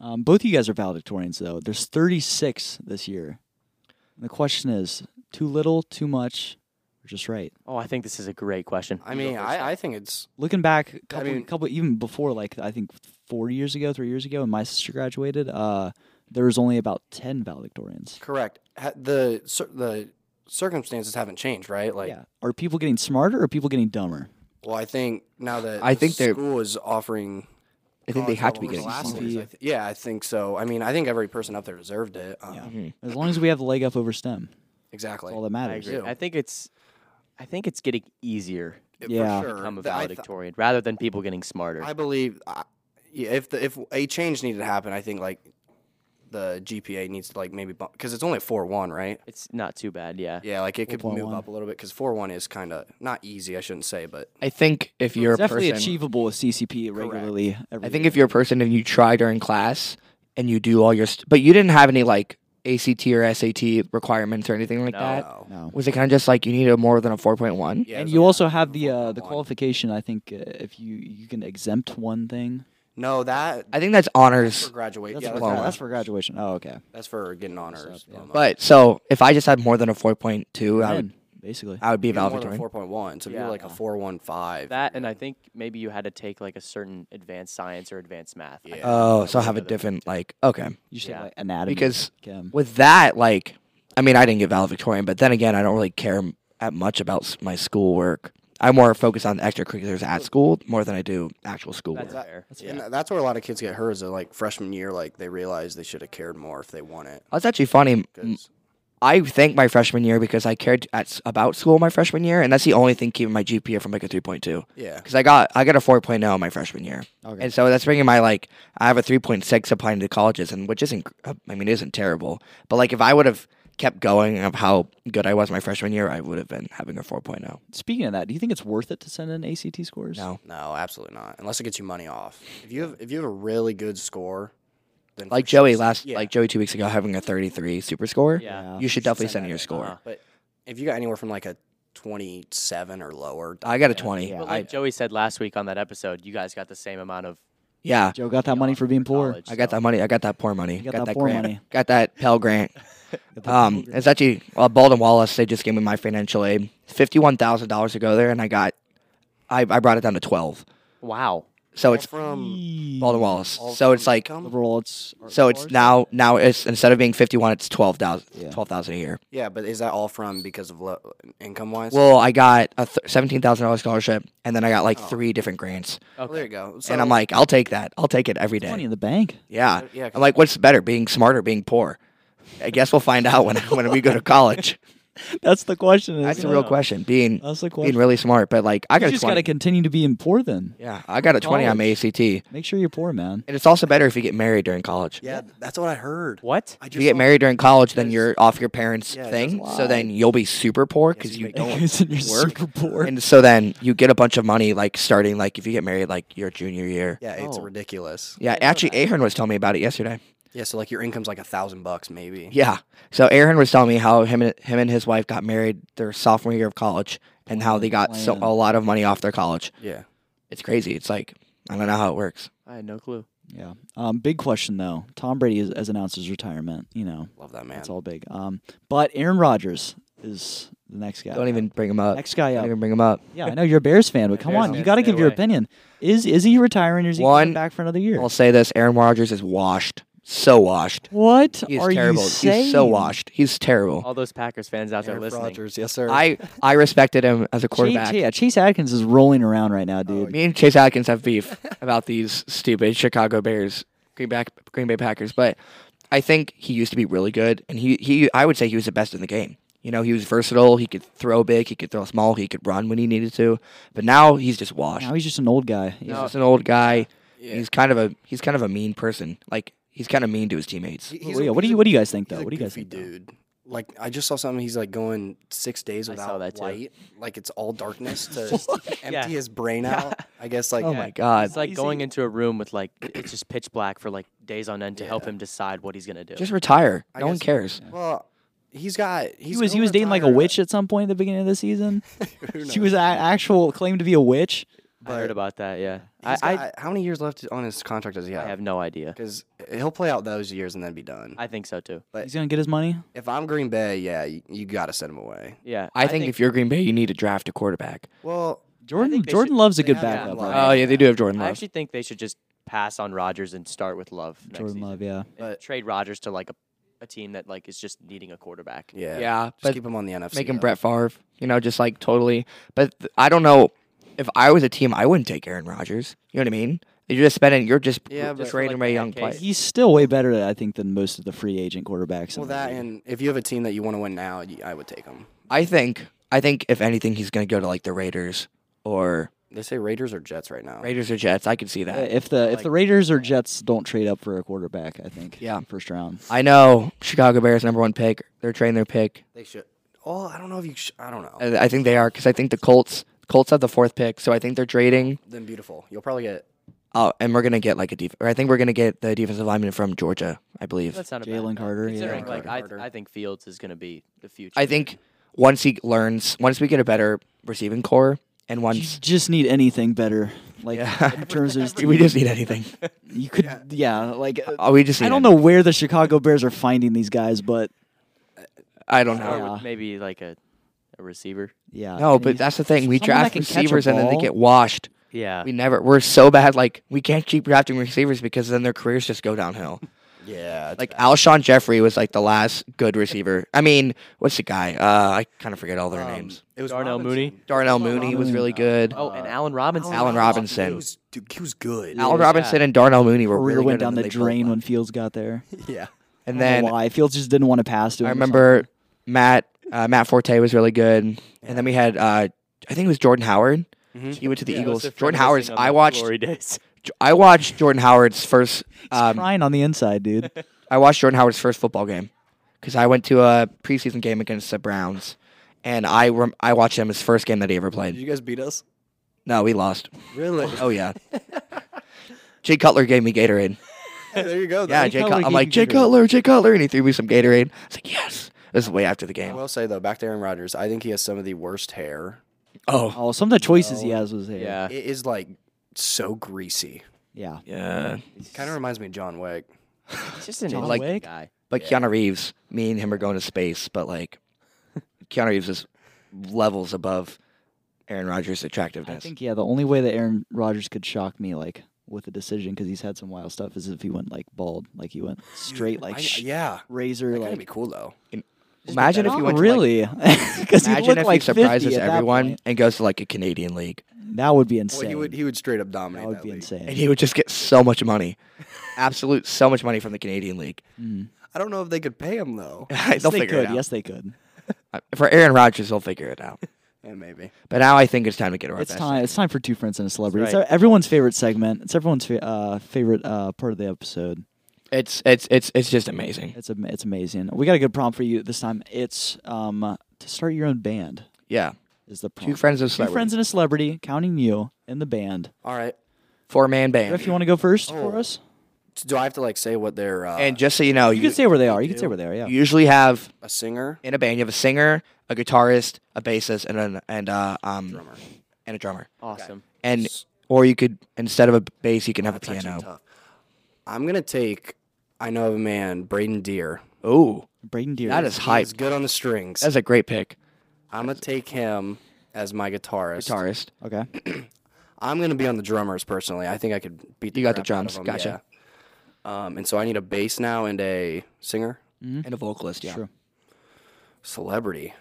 Speaker 2: Um, both of you guys are valedictorians, though. There's 36 this year. And the question is too little, too much, or just right?
Speaker 4: Oh, I think this is a great question.
Speaker 3: I mean, I, I think it's
Speaker 2: Looking back, a couple,
Speaker 3: mean-
Speaker 2: couple, even before, like, I think four years ago, three years ago, when my sister graduated, uh, there was only about 10 valedictorians.
Speaker 3: correct. Ha- The cir- the circumstances haven't changed, right? Like,
Speaker 2: yeah. Are people getting smarter or are people getting dumber?
Speaker 3: well, I think now that
Speaker 1: I
Speaker 3: the
Speaker 1: think they're-
Speaker 3: school is offering,
Speaker 1: I think they
Speaker 3: college
Speaker 1: have to be
Speaker 3: level
Speaker 1: getting
Speaker 3: classes,
Speaker 1: smarter.
Speaker 3: I th- yeah, I think so. I mean, I think every person up there deserved it. Um,
Speaker 2: Yeah. As long as we have the leg up over STEM,
Speaker 3: Exactly.
Speaker 2: that's all that
Speaker 4: I
Speaker 2: matters.
Speaker 4: agree.
Speaker 3: do.
Speaker 4: I think it's, I think it's getting easier
Speaker 3: For
Speaker 2: Yeah.
Speaker 3: sure.
Speaker 4: to become a
Speaker 3: Th- I th-
Speaker 4: valedictorian rather than people getting smarter.
Speaker 3: I believe I yeah, if the, if a change needed to happen, I think like the GPA needs to like maybe because it's only four one, right?
Speaker 4: it's not too bad. Yeah.
Speaker 3: Yeah, like it could move
Speaker 2: 4.1.
Speaker 3: up a little bit because four one is kind of not easy. I shouldn't say, but
Speaker 1: I think if you're a
Speaker 2: It's definitely
Speaker 1: person,
Speaker 2: achievable with CCP regularly. Every
Speaker 1: I think
Speaker 2: year.
Speaker 1: if you're a person and you try during class and you do all your, st- but you didn't have any like ACT or SAT requirements or anything like
Speaker 4: No.
Speaker 1: that.
Speaker 3: no.
Speaker 2: No.
Speaker 1: Was it kind of just like you needed more than a four point one?
Speaker 3: Yeah,
Speaker 2: and
Speaker 3: it's
Speaker 2: you
Speaker 3: like-
Speaker 2: also have the uh, the
Speaker 3: One.
Speaker 2: qualification. I think uh, if you you can exempt one thing.
Speaker 3: no that
Speaker 1: I think that's
Speaker 3: for
Speaker 1: honors.
Speaker 3: graduation.
Speaker 2: That's,
Speaker 3: Yeah,
Speaker 2: for,
Speaker 3: that's,
Speaker 1: diploma.
Speaker 2: that's for graduation. Oh, okay.
Speaker 3: that's for getting honors. Um,
Speaker 2: yeah.
Speaker 3: diploma.
Speaker 1: But so if I just had more than a four point two, I would
Speaker 2: Then, basically,
Speaker 1: I would be
Speaker 3: Even more than
Speaker 1: valedictorian.
Speaker 3: four point one, so if
Speaker 4: Yeah.
Speaker 3: you're like a four one five.
Speaker 4: That and I think maybe you had to take like a certain advanced science or advanced math. I
Speaker 3: Yeah.
Speaker 4: think
Speaker 1: Oh,
Speaker 4: that
Speaker 1: so I
Speaker 4: was
Speaker 1: have a
Speaker 4: another-
Speaker 1: different like okay
Speaker 2: you should
Speaker 4: yeah.
Speaker 2: like anatomy
Speaker 1: because
Speaker 2: chem.
Speaker 1: with that like I mean I didn't get valedictorian, but then again I don't really care m- at much about s- my schoolwork. I'm more focused on extracurriculars at school more than I do actual
Speaker 4: That's
Speaker 1: schoolwork.
Speaker 4: fair.
Speaker 3: Yeah. And that's where a lot of kids get hurt is that, like freshman year, like they realize they should have cared more if they won it.
Speaker 1: That's actually funny.
Speaker 2: Mm.
Speaker 3: 'Cause-
Speaker 1: I thank my freshman year because I cared at s- about school my freshman year, and that's the only thing keeping my GPA from like a 3.2.
Speaker 3: yeah,
Speaker 1: Because I got I got a 4.0 my freshman year,
Speaker 2: Okay.
Speaker 1: and so that's bringing my like I have a 3.6 applying to colleges, and which isn't gr- uh, I mean it isn't terrible, but like if I would have kept going of how good I was my freshman year, I would have been having a oh. 4.0.
Speaker 2: Speaking of that, do you think it's worth it to send in ACT scores?
Speaker 1: No.
Speaker 3: no, absolutely not. Unless it gets you money off. If you have if you have a really good score, then
Speaker 1: Like
Speaker 3: for sure
Speaker 1: Joey
Speaker 3: s-
Speaker 1: last
Speaker 3: yeah.
Speaker 1: like Joey two weeks ago having a 33 super score,
Speaker 4: Yeah.
Speaker 2: Yeah.
Speaker 1: you should definitely send
Speaker 3: send that
Speaker 1: in your
Speaker 3: in.
Speaker 1: score.
Speaker 4: Uh-huh.
Speaker 3: But if you got anywhere from like a twenty seven or lower,
Speaker 1: I got a 20.
Speaker 2: Yeah.
Speaker 4: But
Speaker 1: I-
Speaker 4: like Joey said last week on that episode, you guys got the same amount of
Speaker 1: yeah.
Speaker 2: Joe got that money for being poor.
Speaker 4: college,
Speaker 1: I got
Speaker 4: so-
Speaker 1: that money. I got that poor money.
Speaker 2: got
Speaker 1: got,
Speaker 2: that
Speaker 1: that
Speaker 2: poor
Speaker 1: grant.
Speaker 2: money.
Speaker 1: Got that Pell Grant.
Speaker 2: that
Speaker 1: um, it's actually well, Bolden Wallace. They just gave me my financial aid, fifty-one thousand dollars to go there, and I got, I, I brought it down to twelve.
Speaker 4: Wow.
Speaker 1: So it's
Speaker 3: from
Speaker 1: Bolden Wallace.
Speaker 3: all
Speaker 1: So
Speaker 3: from
Speaker 1: it's like,
Speaker 3: income?
Speaker 2: Liberal arts.
Speaker 1: so it's now now it's instead of being fifty-one, it's twelve thousand,
Speaker 2: Yeah.
Speaker 1: twelve thousand a year.
Speaker 3: yeah, but is that all from because of lo- income wise?
Speaker 1: Well, I got a th- seventeen thousand dollars scholarship, and then I got like three different grants,
Speaker 3: there you go. So,
Speaker 1: and I'm like, I'll take that. I'll take it every
Speaker 2: money
Speaker 1: day.
Speaker 2: in the bank.
Speaker 1: Yeah.
Speaker 3: Yeah, 'cause-
Speaker 1: I'm like, what's better, being smart or being poor? I guess we'll find out when when we go to college.
Speaker 2: That's the question.
Speaker 1: That's the
Speaker 2: isn't
Speaker 1: real
Speaker 2: it?
Speaker 1: question. Being
Speaker 2: That's the
Speaker 1: being
Speaker 2: question.
Speaker 1: really smart, but like I
Speaker 2: You
Speaker 1: got a
Speaker 2: just got to
Speaker 1: twenty.
Speaker 2: continue to be poor then.
Speaker 1: Yeah, I got a twenty on my
Speaker 2: College.
Speaker 1: ACT, and
Speaker 2: Make sure you're poor, man.
Speaker 1: it's also better if you get married during college.
Speaker 3: yeah, that's what I heard.
Speaker 4: What?
Speaker 3: I
Speaker 1: If
Speaker 3: just
Speaker 1: you get
Speaker 3: saw-
Speaker 1: married during college, then
Speaker 3: Yes.
Speaker 1: you're off your parents'
Speaker 3: Yeah, it
Speaker 1: thing.
Speaker 2: doesn't
Speaker 1: So
Speaker 2: lie.
Speaker 1: then you'll be super poor
Speaker 3: Yes,
Speaker 1: because
Speaker 3: you
Speaker 1: you
Speaker 3: make
Speaker 1: don't.
Speaker 2: Because then you're
Speaker 1: work
Speaker 2: super poor.
Speaker 1: And so then you get a bunch of money, like starting like if you get married like your junior year.
Speaker 3: Yeah, it's
Speaker 4: Oh.
Speaker 3: ridiculous.
Speaker 1: Yeah, actually, Ahern was telling me about it yesterday.
Speaker 3: Yeah, so like your income's like a thousand bucks maybe.
Speaker 1: Yeah, so Ahern was telling me how him and him and his wife got married their sophomore year of college, and how they got so,
Speaker 2: Plan.
Speaker 1: a lot of money off their college.
Speaker 3: Yeah.
Speaker 1: It's crazy. It's like I don't know how it works.
Speaker 4: I had no clue.
Speaker 2: Yeah. Um, big question though. Tom Brady has, has announced his retirement. You know,
Speaker 3: Love that man.
Speaker 2: that's all big. Um, but Aaron Rodgers is the next guy.
Speaker 1: Don't even bring him up.
Speaker 2: next guy
Speaker 1: Don't
Speaker 2: up.
Speaker 1: even bring him up.
Speaker 2: Yeah, I know you're a Bears fan, but come
Speaker 4: Bears
Speaker 2: on, you
Speaker 4: fan,
Speaker 2: got to
Speaker 4: stay
Speaker 2: give your
Speaker 4: away.
Speaker 2: opinion. Is is he retiring or is he coming
Speaker 1: One-
Speaker 2: back for another year?
Speaker 1: I'll say this: Aaron Rodgers is washed, so washed.
Speaker 2: What
Speaker 1: He's
Speaker 2: are
Speaker 1: terrible.
Speaker 2: you saying? Oh,
Speaker 1: He's so washed. He's terrible.
Speaker 4: All those Packers fans out there
Speaker 3: Aaron
Speaker 4: listening.
Speaker 3: Rodgers, yes sir.
Speaker 1: I I respected him as a quarterback.
Speaker 2: Chase, yeah, Chase Atkins is rolling around right now,
Speaker 3: Oh,
Speaker 2: dude.
Speaker 1: Me and Chase Atkins have beef about these stupid Chicago Bears, Green Bay, Green Bay Packers, but I think he used to be really good, and he he I would say he was the best in the game. You know, he was versatile. He could throw big. He could throw small. He could run when he needed to. But now he's just washed.
Speaker 2: now he's just an old guy. He's
Speaker 1: He's
Speaker 2: just-
Speaker 1: just an old guy.
Speaker 3: Yeah.
Speaker 1: He's kind of a he's kind of a mean person. Like he's kind of mean to his teammates.
Speaker 3: He-
Speaker 2: Well,
Speaker 3: a-
Speaker 2: yeah, what do
Speaker 3: a-
Speaker 2: you- what do you guys think,
Speaker 3: he's
Speaker 2: though?
Speaker 3: a
Speaker 2: What do you guys
Speaker 3: goofy
Speaker 2: think, though?
Speaker 3: dude? like I just saw something. He's like going six days
Speaker 4: I
Speaker 3: without
Speaker 4: saw that too.
Speaker 3: light, like it's all darkness to empty his brain out. I guess like
Speaker 1: oh my god.
Speaker 4: It's like going into a room with like it's just pitch black for like days on end to help him decide what he's gonna do.
Speaker 1: Just retire.
Speaker 3: I
Speaker 1: no one
Speaker 3: guess-
Speaker 1: cares.
Speaker 3: well, he's got
Speaker 2: he
Speaker 3: he's
Speaker 2: was he
Speaker 3: gonna
Speaker 2: was dating like a
Speaker 3: retire.
Speaker 2: witch at some point at the beginning of the season.
Speaker 3: Who knows?
Speaker 2: she was a- actual claimed to be a witch.
Speaker 4: I heard about that. Yeah, I,
Speaker 3: He's
Speaker 4: I,
Speaker 3: got- how many years left on his contract does he
Speaker 4: I
Speaker 3: have?
Speaker 4: have no idea.
Speaker 3: Because he'll play out those years and then be done.
Speaker 4: I think so too.
Speaker 3: Uh,
Speaker 2: He's gonna get his money.
Speaker 3: if I'm Green Bay, yeah, you, you got to send him away.
Speaker 4: Yeah,
Speaker 1: I, think, if you're Green Bay, you need to draft a quarterback.
Speaker 3: Well,
Speaker 2: Jordan
Speaker 4: they
Speaker 2: Jordan
Speaker 4: should-
Speaker 2: loves a
Speaker 3: they
Speaker 2: good
Speaker 3: have that
Speaker 2: backup.
Speaker 3: line.
Speaker 2: right?
Speaker 1: Oh yeah, they do have Jordan
Speaker 4: I
Speaker 1: Love.
Speaker 4: actually think they should just pass on Rodgers and start with Love. Next
Speaker 2: Jordan
Speaker 4: season.
Speaker 2: Love, yeah.
Speaker 4: And
Speaker 3: But-
Speaker 4: trade Rodgers to like a, a team that like is just needing a quarterback.
Speaker 3: yeah,
Speaker 1: yeah,
Speaker 3: Just
Speaker 1: but
Speaker 3: keep him on the NFC.
Speaker 1: make him
Speaker 3: though.
Speaker 1: Brett Favre. You know, just like totally. But th- I don't know if I was a team, I wouldn't take Aaron Rodgers. You know what I mean? You're just spending. You're just
Speaker 3: Yeah,
Speaker 1: just
Speaker 3: but-
Speaker 1: trading
Speaker 4: Like
Speaker 1: away
Speaker 4: that
Speaker 1: young
Speaker 4: case.
Speaker 1: players.
Speaker 2: He's still way better, I think, than most of the free agent quarterbacks. in
Speaker 3: Well,
Speaker 2: the
Speaker 3: that
Speaker 2: league.
Speaker 3: and if you have a team that you want to win now, you- I would take him.
Speaker 1: I think. I think if anything, he's going to go to like the Raiders or
Speaker 3: They say Raiders or Jets right now.
Speaker 1: Raiders or Jets. I could see that.
Speaker 2: Uh, if the if the Raiders or Jets don't trade up for a quarterback, I think
Speaker 1: Yeah.
Speaker 2: first round.
Speaker 1: I know Chicago Bears number one pick. They're trading their pick.
Speaker 3: They should. Oh, I don't know if you. Sh- I don't know.
Speaker 1: I I think they are because I think the Colts. Colts have the fourth pick, so I think they're trading.
Speaker 3: then beautiful. You'll probably get.
Speaker 1: Oh, and we're gonna get like a def- or I think we're gonna get the defensive lineman from Georgia, I believe.
Speaker 4: That's not a bad
Speaker 2: Jalen
Speaker 4: call,
Speaker 2: Carter, yeah.
Speaker 4: Considering
Speaker 3: Jalen
Speaker 4: like
Speaker 3: Carter.
Speaker 4: I, I think Fields is gonna be the future.
Speaker 1: I think once he learns, once we get a better receiving core, and
Speaker 2: You
Speaker 1: once
Speaker 2: just need anything better, like
Speaker 1: Yeah.
Speaker 2: in terms of
Speaker 1: we just need anything.
Speaker 2: you could, yeah, like uh,
Speaker 1: Oh, we just. Need
Speaker 2: I don't know where the Chicago Bears are finding these guys, but
Speaker 1: I don't know.
Speaker 4: or
Speaker 2: Yeah.
Speaker 4: maybe like a, a receiver.
Speaker 2: yeah,
Speaker 1: No, but that's the thing. We
Speaker 2: Someone that
Speaker 1: draft
Speaker 2: can catch a
Speaker 1: receivers and then they
Speaker 2: ball.
Speaker 1: get washed.
Speaker 4: Yeah,
Speaker 1: We never. We're so bad. Like we can't keep drafting receivers because then their careers just go downhill.
Speaker 3: Yeah.
Speaker 1: Like Alshon Jeffrey was like the last good receiver. I mean, what's the guy? Uh, I kind of forget all
Speaker 2: Um,
Speaker 1: their names.
Speaker 3: um, It was
Speaker 4: Darnell
Speaker 3: Robinson.
Speaker 4: Mooney.
Speaker 1: Darnell Mooney was really good.
Speaker 4: Oh, and Allen Robinson.
Speaker 1: Uh, Allen Robinson.
Speaker 3: He was, dude, he was good.
Speaker 1: Allen Robinson and Darnell Mooney were
Speaker 2: career
Speaker 1: really
Speaker 2: went
Speaker 1: good,
Speaker 2: down
Speaker 1: and
Speaker 2: the
Speaker 1: then they both
Speaker 2: drain when
Speaker 1: left.
Speaker 2: Fields got there.
Speaker 3: Yeah.
Speaker 1: And
Speaker 2: I don't know
Speaker 1: then
Speaker 2: why Fields just didn't want to pass to him.
Speaker 1: I
Speaker 2: or
Speaker 1: remember Matt uh, Matt Forte was really good, and then we had uh, I think it was Jordan Howard. He went to the
Speaker 4: Yeah,
Speaker 1: Eagles.
Speaker 4: those are from
Speaker 1: Jordan
Speaker 4: missing
Speaker 1: Howard's.
Speaker 4: on the
Speaker 1: I watched.
Speaker 4: glory days.
Speaker 1: I watched Jordan Howard's first.
Speaker 2: something.
Speaker 1: Um,
Speaker 2: crying on the inside, dude.
Speaker 1: I watched Jordan Howard's first football game because I went to a preseason game against the Browns, and I rem- I watched him his first game that he ever
Speaker 3: Did
Speaker 1: played.
Speaker 3: you guys beat us?
Speaker 1: No, we lost.
Speaker 3: Really?
Speaker 1: Oh yeah. Jay Cutler gave me Gatorade.
Speaker 3: Hey, there you go.
Speaker 1: Yeah,
Speaker 3: then.
Speaker 1: Jay.
Speaker 2: Cutler
Speaker 1: Cut-
Speaker 2: gave
Speaker 1: I'm like
Speaker 2: you
Speaker 1: Jay
Speaker 2: Gatorade."
Speaker 1: Cutler, Jay Cutler, and he threw me some Gatorade. I was like, yes. This is way after the
Speaker 3: I
Speaker 1: game.
Speaker 3: will say though, back to Aaron Rodgers, I think he has some of the worst hair.
Speaker 1: Oh
Speaker 2: Oh, some of the choices he has was there.
Speaker 4: Yeah,
Speaker 3: It is like so greasy.
Speaker 2: yeah.
Speaker 1: yeah.
Speaker 3: Kind of reminds me of John Wick.
Speaker 4: he's just an
Speaker 2: John
Speaker 4: like
Speaker 2: Wick?
Speaker 4: guy.
Speaker 1: But Keanu Reeves, me and him are going to space, but like Keanu Reeves is levels above Aaron Rodgers'
Speaker 2: I
Speaker 1: attractiveness.
Speaker 2: think yeah, the only way that Aaron Rodgers could shock me like with a decision because he's had some wild stuff is if he went like bald, like he went straight like
Speaker 3: I-
Speaker 2: sh-
Speaker 3: yeah.
Speaker 2: razor
Speaker 3: That'd be
Speaker 2: like.
Speaker 3: cool though.
Speaker 1: imagine if
Speaker 2: Not
Speaker 1: he went to like,
Speaker 2: really because he
Speaker 1: imagine
Speaker 2: looked
Speaker 1: if
Speaker 2: like
Speaker 1: he surprises
Speaker 2: 50 at that
Speaker 1: everyone
Speaker 2: point.
Speaker 1: and goes to like a Canadian league.
Speaker 2: That would be insane.
Speaker 3: Well, he would he would straight up dominate.
Speaker 2: that would be
Speaker 3: league.
Speaker 2: insane.
Speaker 1: And he would just get so much money. Absolute so much money from the Canadian league.
Speaker 3: I don't know if they could pay him though.
Speaker 1: they'll
Speaker 2: yes, they
Speaker 1: figure
Speaker 2: could.
Speaker 1: it out.
Speaker 2: Yes, they could.
Speaker 1: Uh, For Aaron Rodgers, they'll figure it out.
Speaker 3: yeah, maybe.
Speaker 1: But now I think it's time to get to our
Speaker 2: It's
Speaker 1: best.
Speaker 2: time. It's time for two friends and a celebrity.
Speaker 4: right.
Speaker 2: It's everyone's favorite segment. It's everyone's fa- uh, favorite uh, part of the episode.
Speaker 1: It's it's it's it's just amazing.
Speaker 2: It's am- it's amazing. We got a good prompt for you this time. It's um to start your own band
Speaker 1: Yeah.
Speaker 2: is the prompt.
Speaker 1: Two friends of
Speaker 2: Two friends and a celebrity, counting you in the band.
Speaker 3: All right.
Speaker 1: four man
Speaker 2: Jeff,
Speaker 1: band.
Speaker 2: you want to go first for
Speaker 3: Oh.
Speaker 2: us?
Speaker 3: So do I have to like say what they're uh,
Speaker 1: And just so you know,
Speaker 2: You can
Speaker 1: you,
Speaker 2: say where they are. You can say where they are. Yeah.
Speaker 1: you usually have
Speaker 3: a singer?
Speaker 1: in a band you have a singer, a guitarist, a bassist, and an and uh, um
Speaker 3: Drummer.
Speaker 1: and a drummer.
Speaker 4: Awesome.
Speaker 1: And or you could instead of a bass, you can have a
Speaker 3: That's actually
Speaker 1: piano.
Speaker 3: tough. I'm gonna take. I know of a man, Braden Deer.
Speaker 1: Oh,
Speaker 2: Braden Deere.
Speaker 1: that is hype.
Speaker 3: He's good on the strings.
Speaker 1: That's a great pick,
Speaker 3: I'm gonna take him as my guitarist.
Speaker 1: guitarist.
Speaker 2: okay.
Speaker 3: I'm gonna be on the drummers personally. I think I could beat. The
Speaker 1: You got the
Speaker 3: crap out of
Speaker 1: drums.
Speaker 3: him,
Speaker 1: Gotcha.
Speaker 3: yeah. Um, and so I need a bass now and a singer.
Speaker 1: And a vocalist, yeah.
Speaker 2: Sure.
Speaker 3: Celebrity.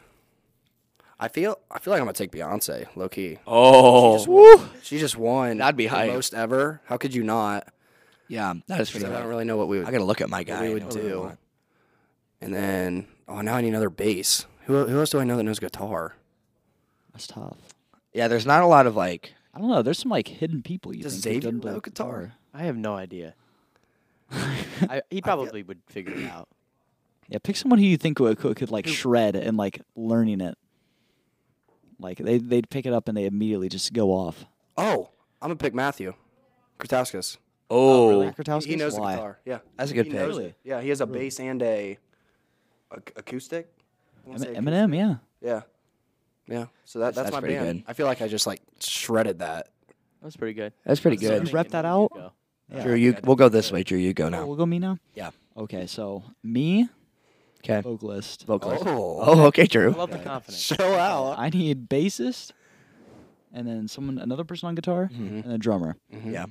Speaker 3: I feel. I feel like I'm gonna take Beyonce. Low key.
Speaker 1: Oh,
Speaker 3: She just won.
Speaker 1: That'd be
Speaker 3: the
Speaker 1: hype.
Speaker 3: Most ever. How could you not?
Speaker 1: yeah, that is pretty.
Speaker 3: Because I don't
Speaker 1: Good.
Speaker 3: really know what we would.
Speaker 1: I gotta look at my guy.
Speaker 3: we
Speaker 1: and
Speaker 3: would
Speaker 1: know what
Speaker 3: do.
Speaker 1: want.
Speaker 3: And then, oh, now I need another bass. Who, who else do I know that knows guitar?
Speaker 2: That's tough.
Speaker 1: Yeah, there's not a lot of like.
Speaker 2: I don't know. There's some like hidden people you
Speaker 3: Does
Speaker 2: think
Speaker 3: Xavier
Speaker 2: didn't play
Speaker 3: know
Speaker 2: the
Speaker 3: guitar?
Speaker 4: I have no idea. I, he probably would figure it out.
Speaker 2: Yeah, pick someone who you think could, could, could like shred and like learning it. Like they they'd pick it up and they immediately just go off.
Speaker 3: Oh, I'm gonna pick Matthew Kratauskas.
Speaker 1: Oh,
Speaker 2: Krakatowski?
Speaker 3: He, he knows
Speaker 2: Why?
Speaker 3: the guitar. Yeah,
Speaker 1: That's a good
Speaker 3: He
Speaker 1: pick.
Speaker 3: knows it.
Speaker 2: Really?
Speaker 3: Yeah, he has a bass and a, ac- acoustic. I wanna
Speaker 2: Em-
Speaker 3: say acoustic.
Speaker 2: Eminem, yeah.
Speaker 3: Yeah, yeah. So
Speaker 1: That's-
Speaker 3: that, that's,
Speaker 1: that's
Speaker 3: my
Speaker 1: pretty
Speaker 3: band.
Speaker 1: good.
Speaker 3: I feel like I just like shredded that.
Speaker 4: That's pretty good.
Speaker 1: That's pretty
Speaker 2: So
Speaker 1: good.
Speaker 2: you rep that out?
Speaker 4: Go.
Speaker 2: Yeah.
Speaker 1: Drew, you we'll go this way. Drew, you go
Speaker 2: Oh,
Speaker 1: now.
Speaker 2: we'll go me now.
Speaker 1: Yeah.
Speaker 2: Okay, so me
Speaker 1: Okay.
Speaker 2: vocalist.
Speaker 1: Vocalist.
Speaker 3: Oh,
Speaker 1: Oh, okay,
Speaker 4: I
Speaker 1: Drew.
Speaker 4: love the confidence.
Speaker 3: show out.
Speaker 2: I need bassist, and then someone another person on guitar,
Speaker 1: Mm-hmm.
Speaker 2: and a drummer.
Speaker 1: Yeah.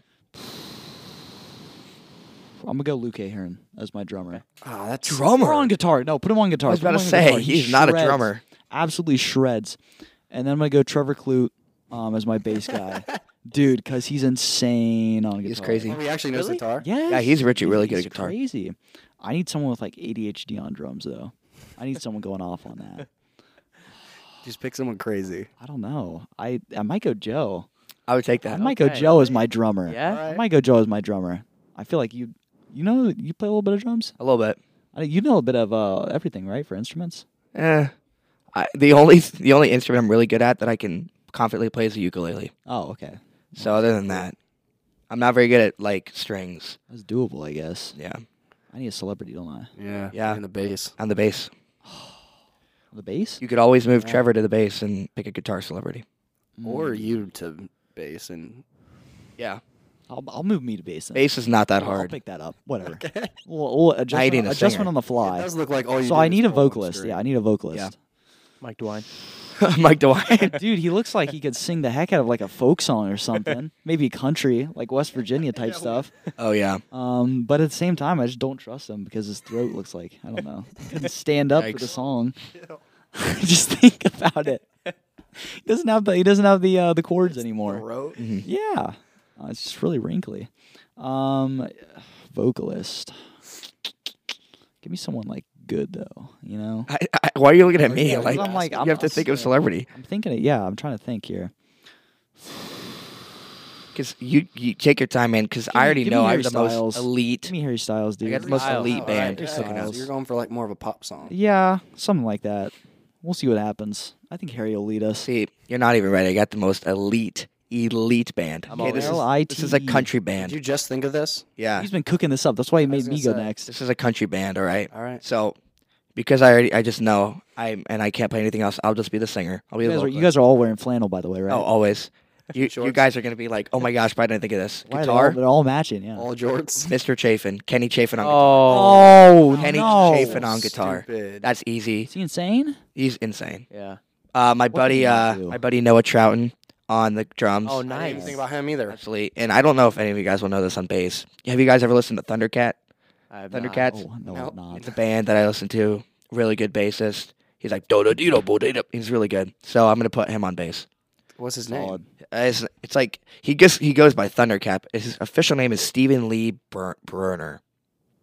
Speaker 2: I'm gonna go Luke Ahern as my drummer.
Speaker 3: Ah, that's
Speaker 1: Drummer.
Speaker 2: Or on guitar. No, put him on
Speaker 1: I
Speaker 2: guitar.
Speaker 1: was
Speaker 2: Put him
Speaker 1: about to
Speaker 2: on
Speaker 1: say
Speaker 2: guitar. He
Speaker 1: he's not a
Speaker 2: shreds.
Speaker 1: drummer.
Speaker 2: Absolutely shreds. And then I'm gonna go Trevor Clute um, as my bass guy, dude, because he's insane on guitar.
Speaker 1: He's crazy.
Speaker 3: Oh, he actually knows
Speaker 4: Really?
Speaker 3: guitar.
Speaker 2: Yes.
Speaker 1: Yeah, he's Richie,
Speaker 2: Dude,
Speaker 1: really good at
Speaker 2: he's
Speaker 1: guitar.
Speaker 2: Crazy. I need someone with like ADHD on drums though. I need someone going off on that.
Speaker 3: Just pick someone crazy.
Speaker 2: I don't know. I I might go Joe.
Speaker 1: I would take
Speaker 2: I
Speaker 1: that.
Speaker 3: Mm-hmm.
Speaker 2: might go
Speaker 4: Okay.
Speaker 2: Joe as my drummer.
Speaker 4: Yeah.
Speaker 2: I might go Joe as my drummer. I feel like you you know you play a little bit of drums.
Speaker 1: A little bit.
Speaker 2: I- You know a bit of uh, everything, right? For instruments.
Speaker 1: Eh. I, the only the only instrument I'm really good at that I can confidently play is the ukulele.
Speaker 2: Oh, okay.
Speaker 1: So other than that, I'm not very good at like strings.
Speaker 2: That's doable, I guess.
Speaker 1: Yeah,
Speaker 2: I need a celebrity, don't I?
Speaker 3: Yeah,
Speaker 1: Yeah.
Speaker 3: And the bass.
Speaker 1: on the bass.
Speaker 2: The bass.
Speaker 1: You could always move Trevor to the bass and pick a guitar celebrity.
Speaker 2: Mm.
Speaker 3: or you to bass and
Speaker 1: Yeah,
Speaker 2: I'll, I'll move me to bass. then.
Speaker 1: bass is not that
Speaker 2: I'll- I'll
Speaker 1: hard.
Speaker 2: pick that up. Whatever. We'll, we'll
Speaker 1: I need
Speaker 2: adjustment,
Speaker 1: a
Speaker 2: adjustment
Speaker 1: singer.
Speaker 2: on the
Speaker 3: it
Speaker 2: fly.
Speaker 3: does look like all you.
Speaker 2: So
Speaker 3: do
Speaker 2: I
Speaker 3: is
Speaker 2: need a
Speaker 3: pull one
Speaker 2: vocalist.
Speaker 3: string.
Speaker 2: Yeah, I need a vocalist.
Speaker 4: Mike Dwayne.
Speaker 1: Mike DeWine.
Speaker 2: Dude, he looks like he could sing the heck out of like a folk song or something. Maybe country, like West Virginia type stuff.
Speaker 1: oh yeah,
Speaker 2: Um, but at the same time, I just don't trust him because his throat looks like I don't know. He Couldn't stand up for the
Speaker 1: Yikes.
Speaker 2: song. just think about it. He doesn't have the he doesn't have the uh, the chords anymore.
Speaker 3: Throat?
Speaker 2: Yeah, uh, it's just really wrinkly. Um, vocalist. Give me someone like good though. You know,
Speaker 1: I, I, why are you looking at me?
Speaker 2: Yeah, 'cause
Speaker 1: Like,
Speaker 2: I'm like,
Speaker 1: you
Speaker 2: I'm
Speaker 1: have to
Speaker 2: not
Speaker 1: think of
Speaker 2: sure.
Speaker 1: celebrity
Speaker 2: I'm thinking it. Yeah, I'm trying to think here.
Speaker 1: because you, you take your time, man. Because I
Speaker 2: me-
Speaker 1: already
Speaker 2: give me
Speaker 1: know I'm
Speaker 2: Harry
Speaker 1: the
Speaker 2: Styles.
Speaker 1: most elite.
Speaker 2: Give me Harry Styles, dude.
Speaker 1: got the most
Speaker 4: Styles.
Speaker 1: elite
Speaker 4: Oh,
Speaker 1: band.
Speaker 2: alright,
Speaker 1: You're
Speaker 2: alright.
Speaker 1: picking
Speaker 3: So
Speaker 1: us.
Speaker 3: you're going for like more of a pop song.
Speaker 2: Yeah, something like that. We'll see what happens. I think Harry will lead us.
Speaker 1: See, you're not even ready. I got the most elite, elite band.
Speaker 4: I'm
Speaker 1: okay,
Speaker 4: all
Speaker 1: this
Speaker 4: in.
Speaker 1: is, this is a
Speaker 2: LITE.
Speaker 1: country
Speaker 3: Did you
Speaker 1: band.
Speaker 3: just think of this?
Speaker 1: Yeah,
Speaker 2: He's been cooking this up. That's why he
Speaker 3: was
Speaker 2: made me go
Speaker 3: gonna say.
Speaker 2: next.
Speaker 1: this is a country band. All right.
Speaker 3: All right.
Speaker 1: So, because I already, I just know I and I can't play anything else. I'll just be the singer. I'll be
Speaker 2: You
Speaker 1: the
Speaker 2: guys, are,
Speaker 1: vocalist.
Speaker 2: you guys are all wearing flannel, by the way, right?
Speaker 1: oh, always. You, you
Speaker 3: Shorts.
Speaker 1: guys are gonna be like, oh my gosh, why didn't I think of this?
Speaker 2: Why are they all-
Speaker 1: Guitar,
Speaker 2: they're all matching. Yeah.
Speaker 3: All jorts.
Speaker 1: Mr. Chafin, Kenny Chafin on guitar.
Speaker 4: Oh.
Speaker 2: oh,
Speaker 1: Kenny
Speaker 2: no.
Speaker 1: Chafin on guitar.
Speaker 2: Oh.
Speaker 3: Stupid.
Speaker 1: That's easy.
Speaker 2: Is he insane?
Speaker 1: He's insane.
Speaker 4: Yeah.
Speaker 1: Uh, my
Speaker 2: did
Speaker 1: buddy,
Speaker 2: you
Speaker 1: uh,
Speaker 2: do?
Speaker 1: my buddy Noah Trouton on the drums.
Speaker 4: Oh,
Speaker 3: I didn't even
Speaker 4: nice.
Speaker 3: think about him either.
Speaker 1: Absolutely. And I don't know if any of you guys will know this on bass. Have you guys ever listened to Thundercat?
Speaker 4: I have not.
Speaker 1: Thundercats.
Speaker 2: Oh, no,
Speaker 3: No.
Speaker 2: I'm not.
Speaker 1: It's a band that I listen to. Really good bassist. He's like do do do do bo, do do." He's really good. So I'm gonna put him on bass.
Speaker 3: What's his name?
Speaker 2: Solid.
Speaker 1: Uh, It's, it's like he goes he goes by Thundercap. His official name is Stephen Lee Bur- Burner.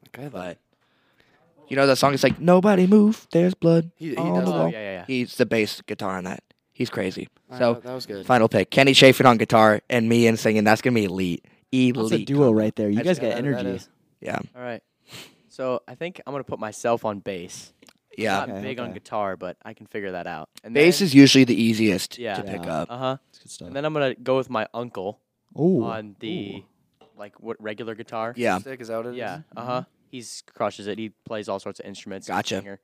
Speaker 3: Okay,
Speaker 1: But you know that song? It's like nobody move. There's blood
Speaker 3: He- he
Speaker 1: on
Speaker 3: does
Speaker 1: the
Speaker 3: that.
Speaker 4: Oh,
Speaker 1: wall.
Speaker 4: yeah, yeah, yeah.
Speaker 1: He's the bass guitar on that. He's crazy.
Speaker 3: All right,
Speaker 1: So
Speaker 3: that- that was good.
Speaker 1: final pick: Kenny Chafin on guitar and me and singing. That's gonna be elite. Elite.
Speaker 2: That's a duo right there. You
Speaker 1: That's-
Speaker 2: guys
Speaker 1: yeah,
Speaker 2: got
Speaker 3: that- that
Speaker 2: energy.
Speaker 3: is-
Speaker 1: Yeah.
Speaker 4: All right. So I think I'm gonna put myself on bass.
Speaker 1: Yeah.
Speaker 4: Not
Speaker 2: Okay,
Speaker 4: big on
Speaker 2: okay.
Speaker 4: guitar, but I can figure that out. And
Speaker 1: Bass is usually the easiest
Speaker 4: Yeah.
Speaker 1: to pick
Speaker 2: Yeah.
Speaker 1: up.
Speaker 4: Uh huh.
Speaker 2: That's good stuff.
Speaker 4: And then I'm gonna go with my uncle
Speaker 2: Ooh.
Speaker 4: on the like what regular guitar.
Speaker 1: Yeah. Mm-hmm.
Speaker 3: Stick is out.
Speaker 4: Yeah. Uh huh. He's crushes it. He plays all sorts of instruments. He's a
Speaker 1: Gotcha.
Speaker 4: singer.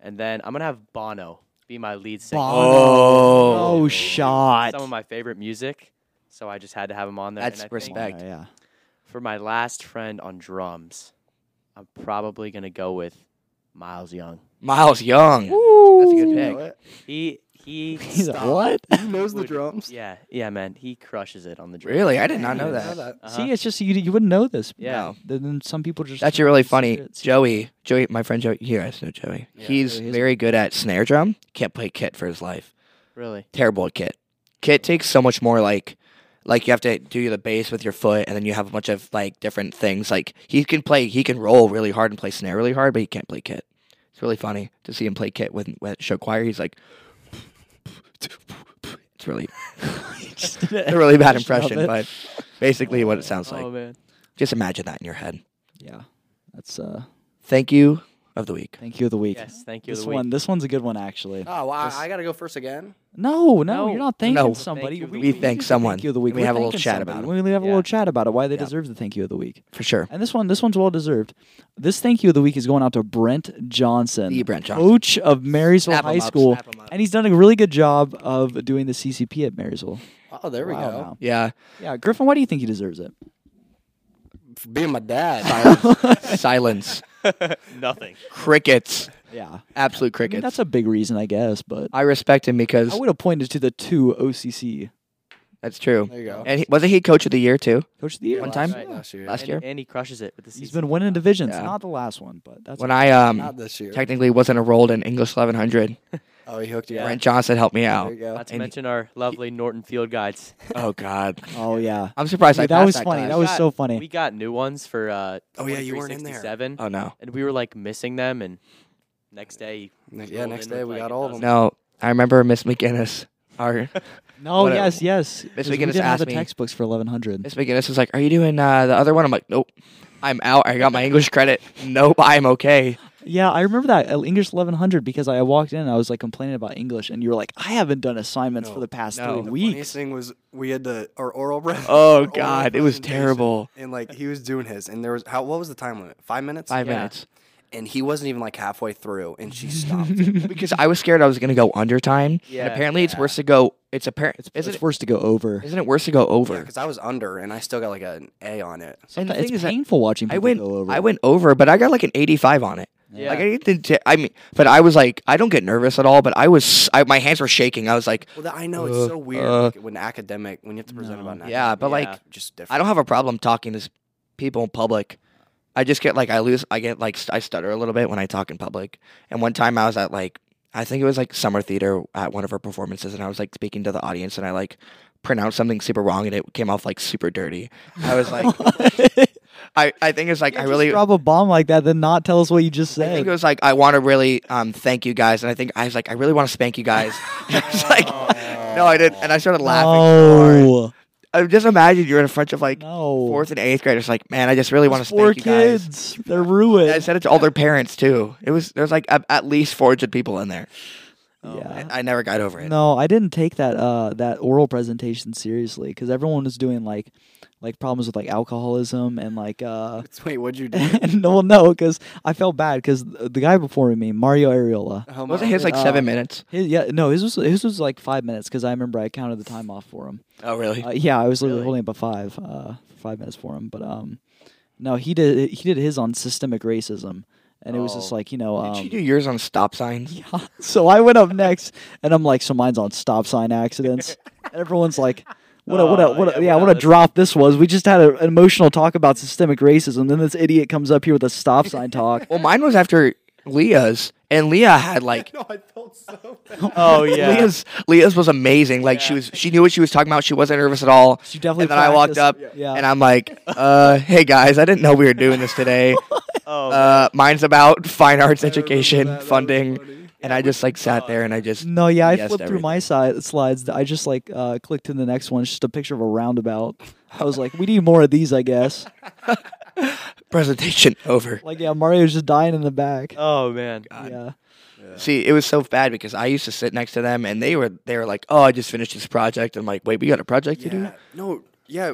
Speaker 4: And then I'm gonna have Bono be my lead singer.
Speaker 2: Bono.
Speaker 1: Oh.
Speaker 2: No shot.
Speaker 4: Some of my favorite music, so I just had to have him on there.
Speaker 1: That's
Speaker 4: and I think
Speaker 1: respect.
Speaker 2: Alright, yeah.
Speaker 4: For my last friend on drums, I'm probably gonna go with Miles Young.
Speaker 1: Miles Young. That's a good pick.
Speaker 4: He he.
Speaker 2: He's like, what?
Speaker 3: He knows the
Speaker 4: would-
Speaker 3: drums.
Speaker 4: yeah, yeah, man. He crushes it on the drums.
Speaker 1: Really? I did not know
Speaker 3: I
Speaker 1: that.
Speaker 3: didn't know
Speaker 4: Uh-huh.
Speaker 2: See, it's just you, you wouldn't know this.
Speaker 4: Yeah.
Speaker 1: No.
Speaker 2: Then- Then some people just.
Speaker 1: That's really funny.
Speaker 2: Secrets.
Speaker 1: Joey, Joey, my friend Joey, you guys know Joey. he's
Speaker 2: Joey is-
Speaker 1: very good at snare drum. Can't play kit for his life.
Speaker 4: really.
Speaker 1: Terrible at kit. Kit takes so much more like, like you have to do the bass with your foot, and then you have a bunch of like different things. Like he can play, he can roll really hard and play snare really hard, but he can't play kit. It's really funny to see him play kit when, when at show choir. He's like, it's really
Speaker 2: Just did it.
Speaker 1: a really bad
Speaker 2: Just love
Speaker 1: impression,
Speaker 2: it.
Speaker 1: but basically what it sounds like.
Speaker 4: oh man.
Speaker 1: Just imagine that in your head.
Speaker 2: Yeah. That's uh.
Speaker 1: Thank you of the week.
Speaker 2: Thank you of the week.
Speaker 4: Yes, thank you of
Speaker 2: This
Speaker 4: the week.
Speaker 2: one, this one's a good one actually.
Speaker 3: Oh, well, I, I got to go first again.
Speaker 2: No, no,
Speaker 4: No.
Speaker 2: you're not thanking
Speaker 1: No.
Speaker 2: somebody.
Speaker 4: Thank you of the
Speaker 1: We
Speaker 4: week.
Speaker 2: do
Speaker 1: thank
Speaker 2: the
Speaker 1: someone.
Speaker 2: Thank you of the week.
Speaker 1: And we
Speaker 2: We're
Speaker 1: have a little
Speaker 2: thanking
Speaker 1: chat
Speaker 2: somebody.
Speaker 1: about it.
Speaker 2: We have a
Speaker 4: Yeah.
Speaker 2: little chat about it. Why they
Speaker 1: Yeah.
Speaker 2: deserve the thank you of the week.
Speaker 1: For sure.
Speaker 2: And this one, this one's well deserved. This thank you of the week is going out to Brent Johnson,
Speaker 1: The Brent Johnson.
Speaker 2: coach of Marysville
Speaker 1: Snap him
Speaker 2: High
Speaker 1: up,
Speaker 2: School,
Speaker 1: snap him up.
Speaker 2: and he's done a really good job of doing the CCP at Marysville.
Speaker 3: Oh, there we
Speaker 2: Wow,
Speaker 3: go.
Speaker 2: wow.
Speaker 1: Yeah.
Speaker 2: Yeah, Griffin, why do you think he deserves it?
Speaker 3: For Being my dad.
Speaker 1: Silence.
Speaker 4: Nothing.
Speaker 1: Crickets.
Speaker 2: Yeah,
Speaker 1: Absolute
Speaker 2: I mean,
Speaker 1: crickets.
Speaker 2: that's a big reason, I guess. But
Speaker 1: I respect him because
Speaker 2: I would have pointed to the two OCC
Speaker 1: that's true.
Speaker 3: there you go.
Speaker 1: And he, wasn't he coach of the year too?
Speaker 2: coach of the year.
Speaker 1: One
Speaker 2: last
Speaker 1: time?
Speaker 2: year.
Speaker 3: Last year.
Speaker 1: Last
Speaker 4: And,
Speaker 1: year?
Speaker 4: and he crushes it with the
Speaker 2: He's
Speaker 4: season.
Speaker 2: been winning divisions,
Speaker 1: Yeah.
Speaker 2: not the last one, but that's
Speaker 1: When I um
Speaker 3: Not this year.
Speaker 1: technically wasn't enrolled in English 1100,
Speaker 3: Oh, he hooked you
Speaker 4: Yeah.
Speaker 3: up.
Speaker 1: Brent Johnson helped me
Speaker 3: There
Speaker 1: out.
Speaker 3: you go.
Speaker 4: Not to
Speaker 1: and-
Speaker 4: mention our lovely Norton Field guides.
Speaker 1: Oh God,
Speaker 2: oh yeah,
Speaker 1: I'm surprised I
Speaker 2: Dude, that
Speaker 1: passed
Speaker 2: was
Speaker 1: that
Speaker 2: funny.
Speaker 1: time.
Speaker 2: That was
Speaker 4: We
Speaker 2: so
Speaker 4: got-
Speaker 2: funny.
Speaker 4: We got new ones for uh,
Speaker 3: Oh, yeah, you weren't in there.
Speaker 4: 2367,
Speaker 1: Oh no,
Speaker 4: and we were like missing them, and next day,
Speaker 3: Ne-
Speaker 4: he
Speaker 3: yeah,
Speaker 4: rolled
Speaker 3: next
Speaker 4: in
Speaker 3: day
Speaker 4: with,
Speaker 3: we
Speaker 4: like,
Speaker 3: got
Speaker 4: a
Speaker 3: all of
Speaker 4: dozen.
Speaker 3: them.
Speaker 1: no. I remember Miss McGinnis. Our
Speaker 2: No,
Speaker 1: Whatever.
Speaker 2: yes, yes. 'cause we
Speaker 1: weekend
Speaker 2: didn't
Speaker 1: just
Speaker 2: have
Speaker 1: asked
Speaker 2: the
Speaker 1: me-
Speaker 2: textbooks for eleven hundred.
Speaker 1: Miss McGinnis was like, "Are you doing uh, the other one?" I'm like, "Nope, I'm out. I got my English credit. Nope, I'm okay."
Speaker 2: Yeah, I remember that uh, English eleven hundred because I walked in and I was like complaining about English, and you were like, "I haven't done assignments for
Speaker 3: No,
Speaker 2: the past
Speaker 1: no.
Speaker 2: three
Speaker 1: The
Speaker 2: weeks."
Speaker 3: Funniest thing was we had the our oral breath.
Speaker 1: Oh,
Speaker 3: our oral
Speaker 1: God, it was
Speaker 3: presentation,
Speaker 1: terrible.
Speaker 3: And like he was doing his, and there was how what was the time limit? Five minutes.
Speaker 1: Five
Speaker 4: Yeah.
Speaker 1: minutes
Speaker 3: And he wasn't even like halfway through, and she stopped. him.
Speaker 1: because I was scared I was gonna go under time.
Speaker 4: Yeah.
Speaker 1: and apparently it's worse to go. It's apparent. It's,
Speaker 2: It's
Speaker 1: isn't,
Speaker 2: worse to go over.
Speaker 1: it, isn't it worse to go over?
Speaker 3: Because I was under, and I still got like an A on it.
Speaker 1: and the
Speaker 2: Sometimes
Speaker 1: thing
Speaker 2: it's
Speaker 1: is, I,
Speaker 2: painful watching
Speaker 1: I
Speaker 2: people
Speaker 1: went.
Speaker 2: go over.
Speaker 1: I went over, but I got like an 85 on it.
Speaker 4: yeah,
Speaker 1: Like I didn't. t- I mean, but I was like, I don't get nervous at all. But I was. I, my hands were shaking. I was like,
Speaker 3: Well, that, I know it's
Speaker 1: Uh,
Speaker 3: so weird
Speaker 1: uh.
Speaker 3: like, when academic when you have to present
Speaker 2: No.
Speaker 3: about an
Speaker 1: yeah.
Speaker 3: academic,
Speaker 1: But like,
Speaker 4: Yeah.
Speaker 3: just
Speaker 1: I
Speaker 3: different.
Speaker 1: don't have a problem talking to s- people in public. I just get like I lose. I get like st- I stutter a little bit when I talk in public. And one time I was at like I think it was like summer theater at one of her performances, and I was like speaking to the audience, and I like pronounced something super wrong, and it came off like super dirty. I was like, I I think it's like I really.
Speaker 2: drop a bomb like that, then not tell us what you just
Speaker 1: I think
Speaker 2: said.
Speaker 1: it was like I want to really um, thank you guys, and I think I was like I really want to spank you guys. I was like, no, I didn't, and I started laughing. so hard.
Speaker 2: No,
Speaker 1: I just imagine you're in a bunch of like
Speaker 2: no.
Speaker 1: fourth and eighth graders. Like, man, I just really want to
Speaker 2: Those Four
Speaker 1: spank you guys.
Speaker 2: kids, they're
Speaker 1: And I
Speaker 2: ruined.
Speaker 1: said it to all their parents too. It was there's like a, at least four hundred people in there.
Speaker 2: Yeah.
Speaker 1: I, I never got over it.
Speaker 2: Oh, No, I didn't take that uh, that oral presentation seriously because everyone was doing like like problems with like alcoholism and like uh,
Speaker 3: Wait, what'd you do?
Speaker 2: and no, no, because I felt bad because the guy before me, Mario Ariola,
Speaker 3: How
Speaker 1: Wasn't
Speaker 3: much?
Speaker 1: his like
Speaker 2: Uh,
Speaker 1: seven minutes?
Speaker 2: his, yeah, no, his was his was like five minutes because I remember I counted the time off for him.
Speaker 1: Oh, really?
Speaker 2: Uh, yeah, I was literally
Speaker 4: Really?
Speaker 2: holding up a five, uh, five minutes for him. But um, no, he did he did his on systemic racism, and it was just
Speaker 4: Oh.
Speaker 2: like you know. Um,
Speaker 1: Did you do yours on stop signs?
Speaker 2: yeah. So I went up next, and I'm like, so mine's on stop sign accidents. And everyone's like, what a what a
Speaker 4: Oh,
Speaker 2: what a, yeah,
Speaker 4: yeah, wow,
Speaker 2: what a
Speaker 4: that's-
Speaker 2: drop this was. We just had a, an emotional talk about systemic racism. Then this idiot comes up here with a stop sign talk.
Speaker 1: Well, mine was after Leah's, and Leah had like.
Speaker 3: No, I felt so. Bad.
Speaker 4: Oh yeah,
Speaker 1: Leah's Leah's was amazing. Like she was, she knew what she was talking about. She wasn't nervous at all.
Speaker 2: She definitely
Speaker 1: And then I walked up,
Speaker 2: practiced. Yeah.
Speaker 1: and I'm like, uh, "Hey guys, I didn't know we were doing this today.
Speaker 4: oh,
Speaker 1: Uh, mine's about fine arts education
Speaker 3: that. That was
Speaker 1: funding."
Speaker 3: funny.
Speaker 1: And I just like sat there and I just
Speaker 2: No, yeah, I
Speaker 1: Yes,
Speaker 2: flipped through my side slides. I just like uh, clicked in the next one. It's just a picture of a roundabout. I was like, we need more of these, I guess.
Speaker 1: presentation over.
Speaker 2: Like, yeah, Mario's just dying in the back.
Speaker 4: oh man,
Speaker 2: yeah.
Speaker 1: See, it was so bad because I used to sit next to them and they were they were like, "Oh, I just finished this project." I'm like, "Wait, we got a project to do?"
Speaker 3: Yeah. No. Yeah.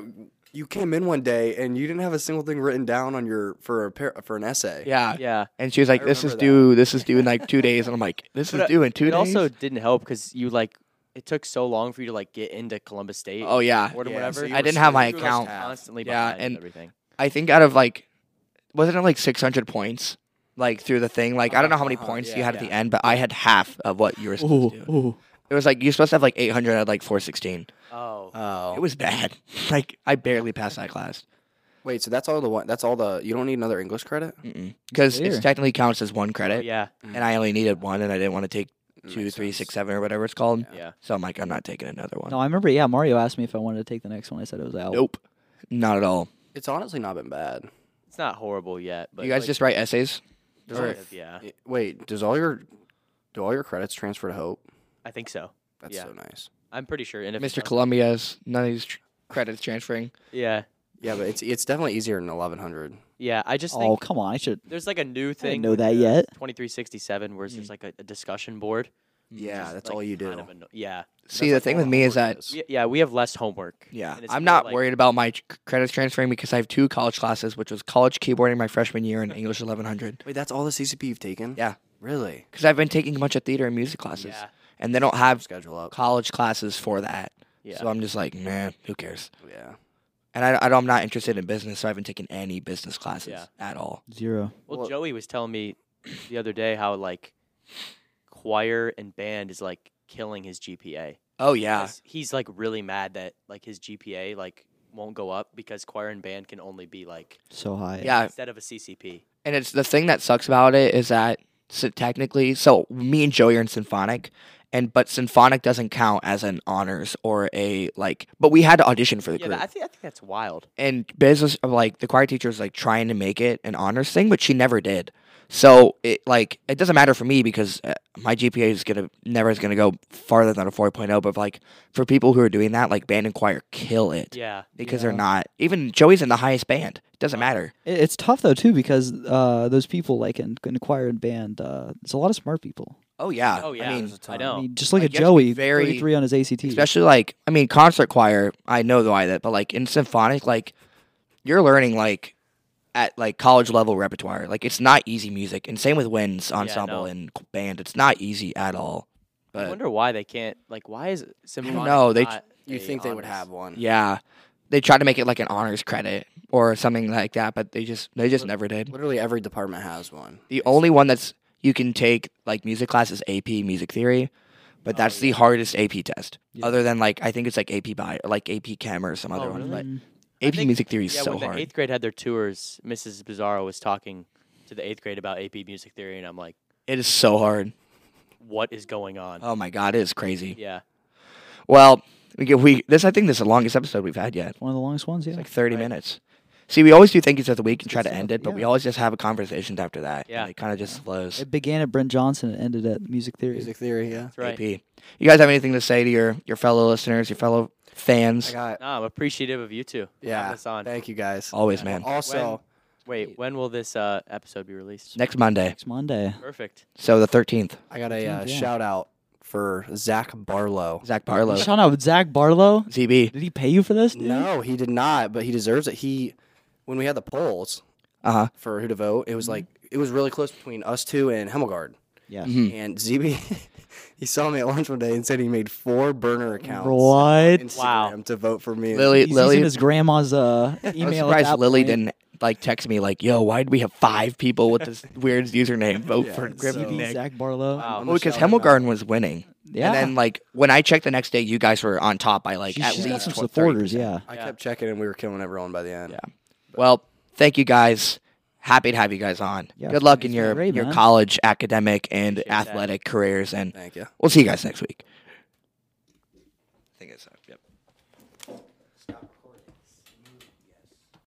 Speaker 3: You came in one day and you didn't have a single thing written down on your for a par- for an essay.
Speaker 1: Yeah.
Speaker 4: yeah.
Speaker 1: And she was like, "This is
Speaker 3: remember that.
Speaker 1: due. This is due in like two days." And I'm like, "This is
Speaker 4: But, uh,
Speaker 1: due in two
Speaker 4: it
Speaker 1: days."
Speaker 4: also didn't help because you like it took so long for you to like get into Columbus State.
Speaker 1: oh yeah,
Speaker 4: or to
Speaker 3: Yeah,
Speaker 4: whatever.
Speaker 3: so you
Speaker 1: I
Speaker 3: were
Speaker 1: didn't have
Speaker 3: sitting
Speaker 1: my
Speaker 3: through, like,
Speaker 1: account.
Speaker 3: half.
Speaker 4: constantly
Speaker 1: Yeah,
Speaker 4: behind
Speaker 1: and-
Speaker 4: everything.
Speaker 1: I think out of like, wasn't it like 600 points? Like through the thing, like I don't know how many
Speaker 3: Uh-huh,
Speaker 1: points you
Speaker 3: yeah,
Speaker 1: had at
Speaker 3: yeah.
Speaker 1: the end, but I had half of what you were supposed to. do.
Speaker 2: ooh.
Speaker 1: It was like you're supposed to have like 800 I had like 416.
Speaker 4: Oh,
Speaker 3: Oh.
Speaker 1: It was bad. like I barely passed that class
Speaker 3: Wait. So that's all the one. That's all the. You don't need another English credit.
Speaker 1: because
Speaker 2: Clear.
Speaker 1: it technically counts as one credit.
Speaker 4: yeah,
Speaker 1: and I only needed one, and I didn't want to take
Speaker 3: That
Speaker 1: two,
Speaker 3: makes
Speaker 1: three,
Speaker 3: sense.
Speaker 1: six, seven, or whatever it's called.
Speaker 4: yeah.
Speaker 1: So I'm like, I'm not taking another one.
Speaker 2: No, I remember, yeah, Mario asked me if I wanted to take the next one. I said it was out.
Speaker 1: Nope, not at all.
Speaker 3: It's honestly not been bad.
Speaker 4: It's not horrible yet, but
Speaker 1: you guys
Speaker 4: like,
Speaker 1: just write essays.
Speaker 4: kind
Speaker 1: or-
Speaker 4: of, yeah,
Speaker 3: Y- Wait. Does all your do all your credits transfer to Hope?
Speaker 4: I think so.
Speaker 3: That's
Speaker 4: Yeah.
Speaker 3: so nice.
Speaker 4: I'm pretty sure. And if it
Speaker 1: Mr.
Speaker 4: doesn't-
Speaker 1: Columbia's none of these tr- credits transferring.
Speaker 4: yeah,
Speaker 3: Yeah, but it's it's definitely easier than eleven hundred.
Speaker 4: Yeah, I just
Speaker 2: Oh,
Speaker 4: think
Speaker 2: come on! I should.
Speaker 4: there's like a new thing.
Speaker 2: know
Speaker 4: with
Speaker 2: that
Speaker 4: the
Speaker 2: yet. Mm.
Speaker 4: 2367, where there's like a, a discussion board.
Speaker 3: Yeah,
Speaker 4: Just,
Speaker 3: that's
Speaker 4: like,
Speaker 3: all you do.
Speaker 4: kind of anno- yeah,
Speaker 1: See, the
Speaker 3: That's
Speaker 1: thing
Speaker 3: all
Speaker 1: with me is
Speaker 3: homework
Speaker 1: that
Speaker 4: We- yeah, we have less homework.
Speaker 1: Yeah,
Speaker 4: And it's
Speaker 1: I'm
Speaker 4: more
Speaker 1: not
Speaker 4: like-
Speaker 1: worried about my c- credits transferring because I have two college classes, which was college keyboarding my freshman year and English 1100.
Speaker 3: Wait, that's all the CCP you've taken?
Speaker 1: Yeah,
Speaker 3: Really?
Speaker 1: because I've been taking a bunch of theater and music classes,
Speaker 4: Yeah.
Speaker 1: and they don't have
Speaker 3: Schedule up.
Speaker 1: college classes for that.
Speaker 4: Yeah.
Speaker 1: So I'm just like, man, who cares?
Speaker 3: Yeah.
Speaker 1: And I, I don't, I'm not interested in business, so I haven't taken any business classes
Speaker 4: Yeah.
Speaker 1: at all.
Speaker 2: Zero.
Speaker 4: Well,
Speaker 3: Well-
Speaker 4: Joey was telling me the other day how like choir and band is like killing his GPA.
Speaker 1: Oh yeah,
Speaker 4: 'Cause He's like really mad that like his GPA like won't go up because choir and band can only be like
Speaker 2: So high.
Speaker 1: yeah.
Speaker 4: instead of a CCP.
Speaker 1: And it's the thing that sucks about it is that so technically, so me and Joey are in symphonic, and but symphonic doesn't count as an honors or a like. But we had to audition for the
Speaker 4: Yeah,
Speaker 1: group.
Speaker 4: that, I think I think that's wild.
Speaker 1: and Biz was uh, like the choir teacher was like trying to make it an honors thing, but she never did. So it like it doesn't matter for me because uh, my GPA is gonna never is gonna go farther than a 4.0. But like for people who are doing that, like band and choir kill it
Speaker 4: Yeah.
Speaker 1: because
Speaker 2: Yeah.
Speaker 1: they're not even Joey's in the highest band. It doesn't matter.
Speaker 2: It, it's tough though too because uh, those people like in, in choir and band, uh, there's a lot of smart people.
Speaker 1: Oh yeah.
Speaker 4: Oh yeah.
Speaker 1: I
Speaker 4: I,
Speaker 1: mean,
Speaker 4: know.
Speaker 2: I mean, just look
Speaker 1: Like,
Speaker 2: at
Speaker 1: you have to be
Speaker 2: Joey,
Speaker 1: very-
Speaker 2: thirty-three on his ACT.
Speaker 1: especially like I mean concert choir. I know why that, but like in symphonic, like you're learning like at like college level repertoire. Like it's not easy music, and same with winds ensemble
Speaker 4: no.
Speaker 1: and c- band. It's not easy at all.
Speaker 4: I
Speaker 1: But
Speaker 4: wonder why they can't like why is symphonic
Speaker 1: know, they-
Speaker 4: not
Speaker 3: You
Speaker 4: a
Speaker 3: think they would
Speaker 4: honors?
Speaker 3: have one?
Speaker 1: yeah, they tried to make it like an honors credit or something like that, but they just they just never did.
Speaker 3: Literally every department has one.
Speaker 1: The only one that's you can take like music class is AP music theory, but that's
Speaker 4: Oh,
Speaker 1: the hardest AP test.
Speaker 2: Yeah.
Speaker 1: Other than like I think it's like AP bio, like AP Chem or some other
Speaker 4: Oh,
Speaker 1: one.
Speaker 4: really?
Speaker 1: But
Speaker 2: Mm.
Speaker 4: I
Speaker 1: AP
Speaker 4: think-
Speaker 1: music theory is
Speaker 4: yeah,
Speaker 1: so
Speaker 4: when
Speaker 1: hard.
Speaker 4: the eighth grade had their tours, Mrs. Bizarro was talking to the eighth grade about AP music theory, and I'm like,
Speaker 1: It is so hard.
Speaker 4: what is going on?
Speaker 1: Oh my god, it is crazy.
Speaker 4: yeah,
Speaker 1: Well, we get we this I think this is the longest episode we've had yet.
Speaker 2: one of the longest ones. Yeah.
Speaker 1: It's like thirty minutes. See, we always do thank yous of the week and try
Speaker 2: good
Speaker 1: to end
Speaker 2: stuff,
Speaker 1: it, but we
Speaker 2: yeah.
Speaker 1: always just have a conversations after that. and
Speaker 4: Yeah.
Speaker 1: it kind of just flows.
Speaker 2: it began at Brent Johnson and ended at music theory.
Speaker 3: Music theory, yeah.
Speaker 4: that's right.
Speaker 1: AP. You guys have anything to say to your your fellow listeners, your fellow
Speaker 3: I
Speaker 1: fans?
Speaker 3: got.
Speaker 4: Nah, I'm appreciative of you two. for having
Speaker 3: Yeah.
Speaker 4: This on.
Speaker 3: Thank you guys.
Speaker 1: Always, man.
Speaker 3: Also,
Speaker 4: When- Wait, when will this uh, episode be released?
Speaker 1: Next Monday,
Speaker 2: Next Monday.
Speaker 4: Perfect.
Speaker 1: so the thirteenth.
Speaker 3: I got a uh,
Speaker 2: Yeah.
Speaker 3: shout out for Zach Barlow.
Speaker 1: Zach Barlow,
Speaker 2: Shout out Zach Barlow.
Speaker 1: ZB.
Speaker 2: Did he pay you for this? dude?
Speaker 3: No, he did not, but he deserves it. He, when we had the polls
Speaker 1: Uh huh.
Speaker 3: for who to vote, it was
Speaker 1: Mm-hmm.
Speaker 3: like it was really close between us two and Hemmelgard.
Speaker 2: Yeah.
Speaker 1: Mm-hmm. Hmm.
Speaker 3: And ZB, he saw me at lunch one day and said he made four burner accounts on
Speaker 2: What?
Speaker 3: Instagram
Speaker 4: Wow.
Speaker 3: to vote for me.
Speaker 1: Lily,
Speaker 2: He's
Speaker 1: Lily.
Speaker 2: using his grandma's uh,
Speaker 1: I was
Speaker 2: email. at
Speaker 1: surprised
Speaker 2: that
Speaker 1: Lily
Speaker 2: point.
Speaker 1: didn't like text me like, "Yo, why did we have five people with this weird username vote
Speaker 3: Yeah,
Speaker 1: for
Speaker 3: it's
Speaker 1: Griffin
Speaker 3: so-
Speaker 2: CB
Speaker 1: Nick?"
Speaker 2: Zach Barlow.
Speaker 4: Wow.
Speaker 1: Well, because
Speaker 3: Michelle did not.
Speaker 1: Hemmelgarden was winning.
Speaker 2: Yeah.
Speaker 1: And then like when I checked the next day, you guys were on top by like
Speaker 2: She-
Speaker 1: at
Speaker 2: she's
Speaker 1: least
Speaker 2: got some
Speaker 1: 20,
Speaker 2: supporters.
Speaker 1: 30%.
Speaker 2: Yeah.
Speaker 3: I
Speaker 4: Yeah.
Speaker 3: kept checking and we were killing everyone by the end.
Speaker 1: Yeah. Well, thank you guys. Happy to have you guys on.
Speaker 2: Yeah,
Speaker 1: Good luck
Speaker 2: it's
Speaker 1: in
Speaker 2: been
Speaker 1: your
Speaker 2: great,
Speaker 1: your
Speaker 2: man.
Speaker 1: college, academic, and
Speaker 4: Appreciate that.
Speaker 1: athletic careers, and
Speaker 3: Thank you.
Speaker 1: we'll see you guys next week. I think it's up. Yep.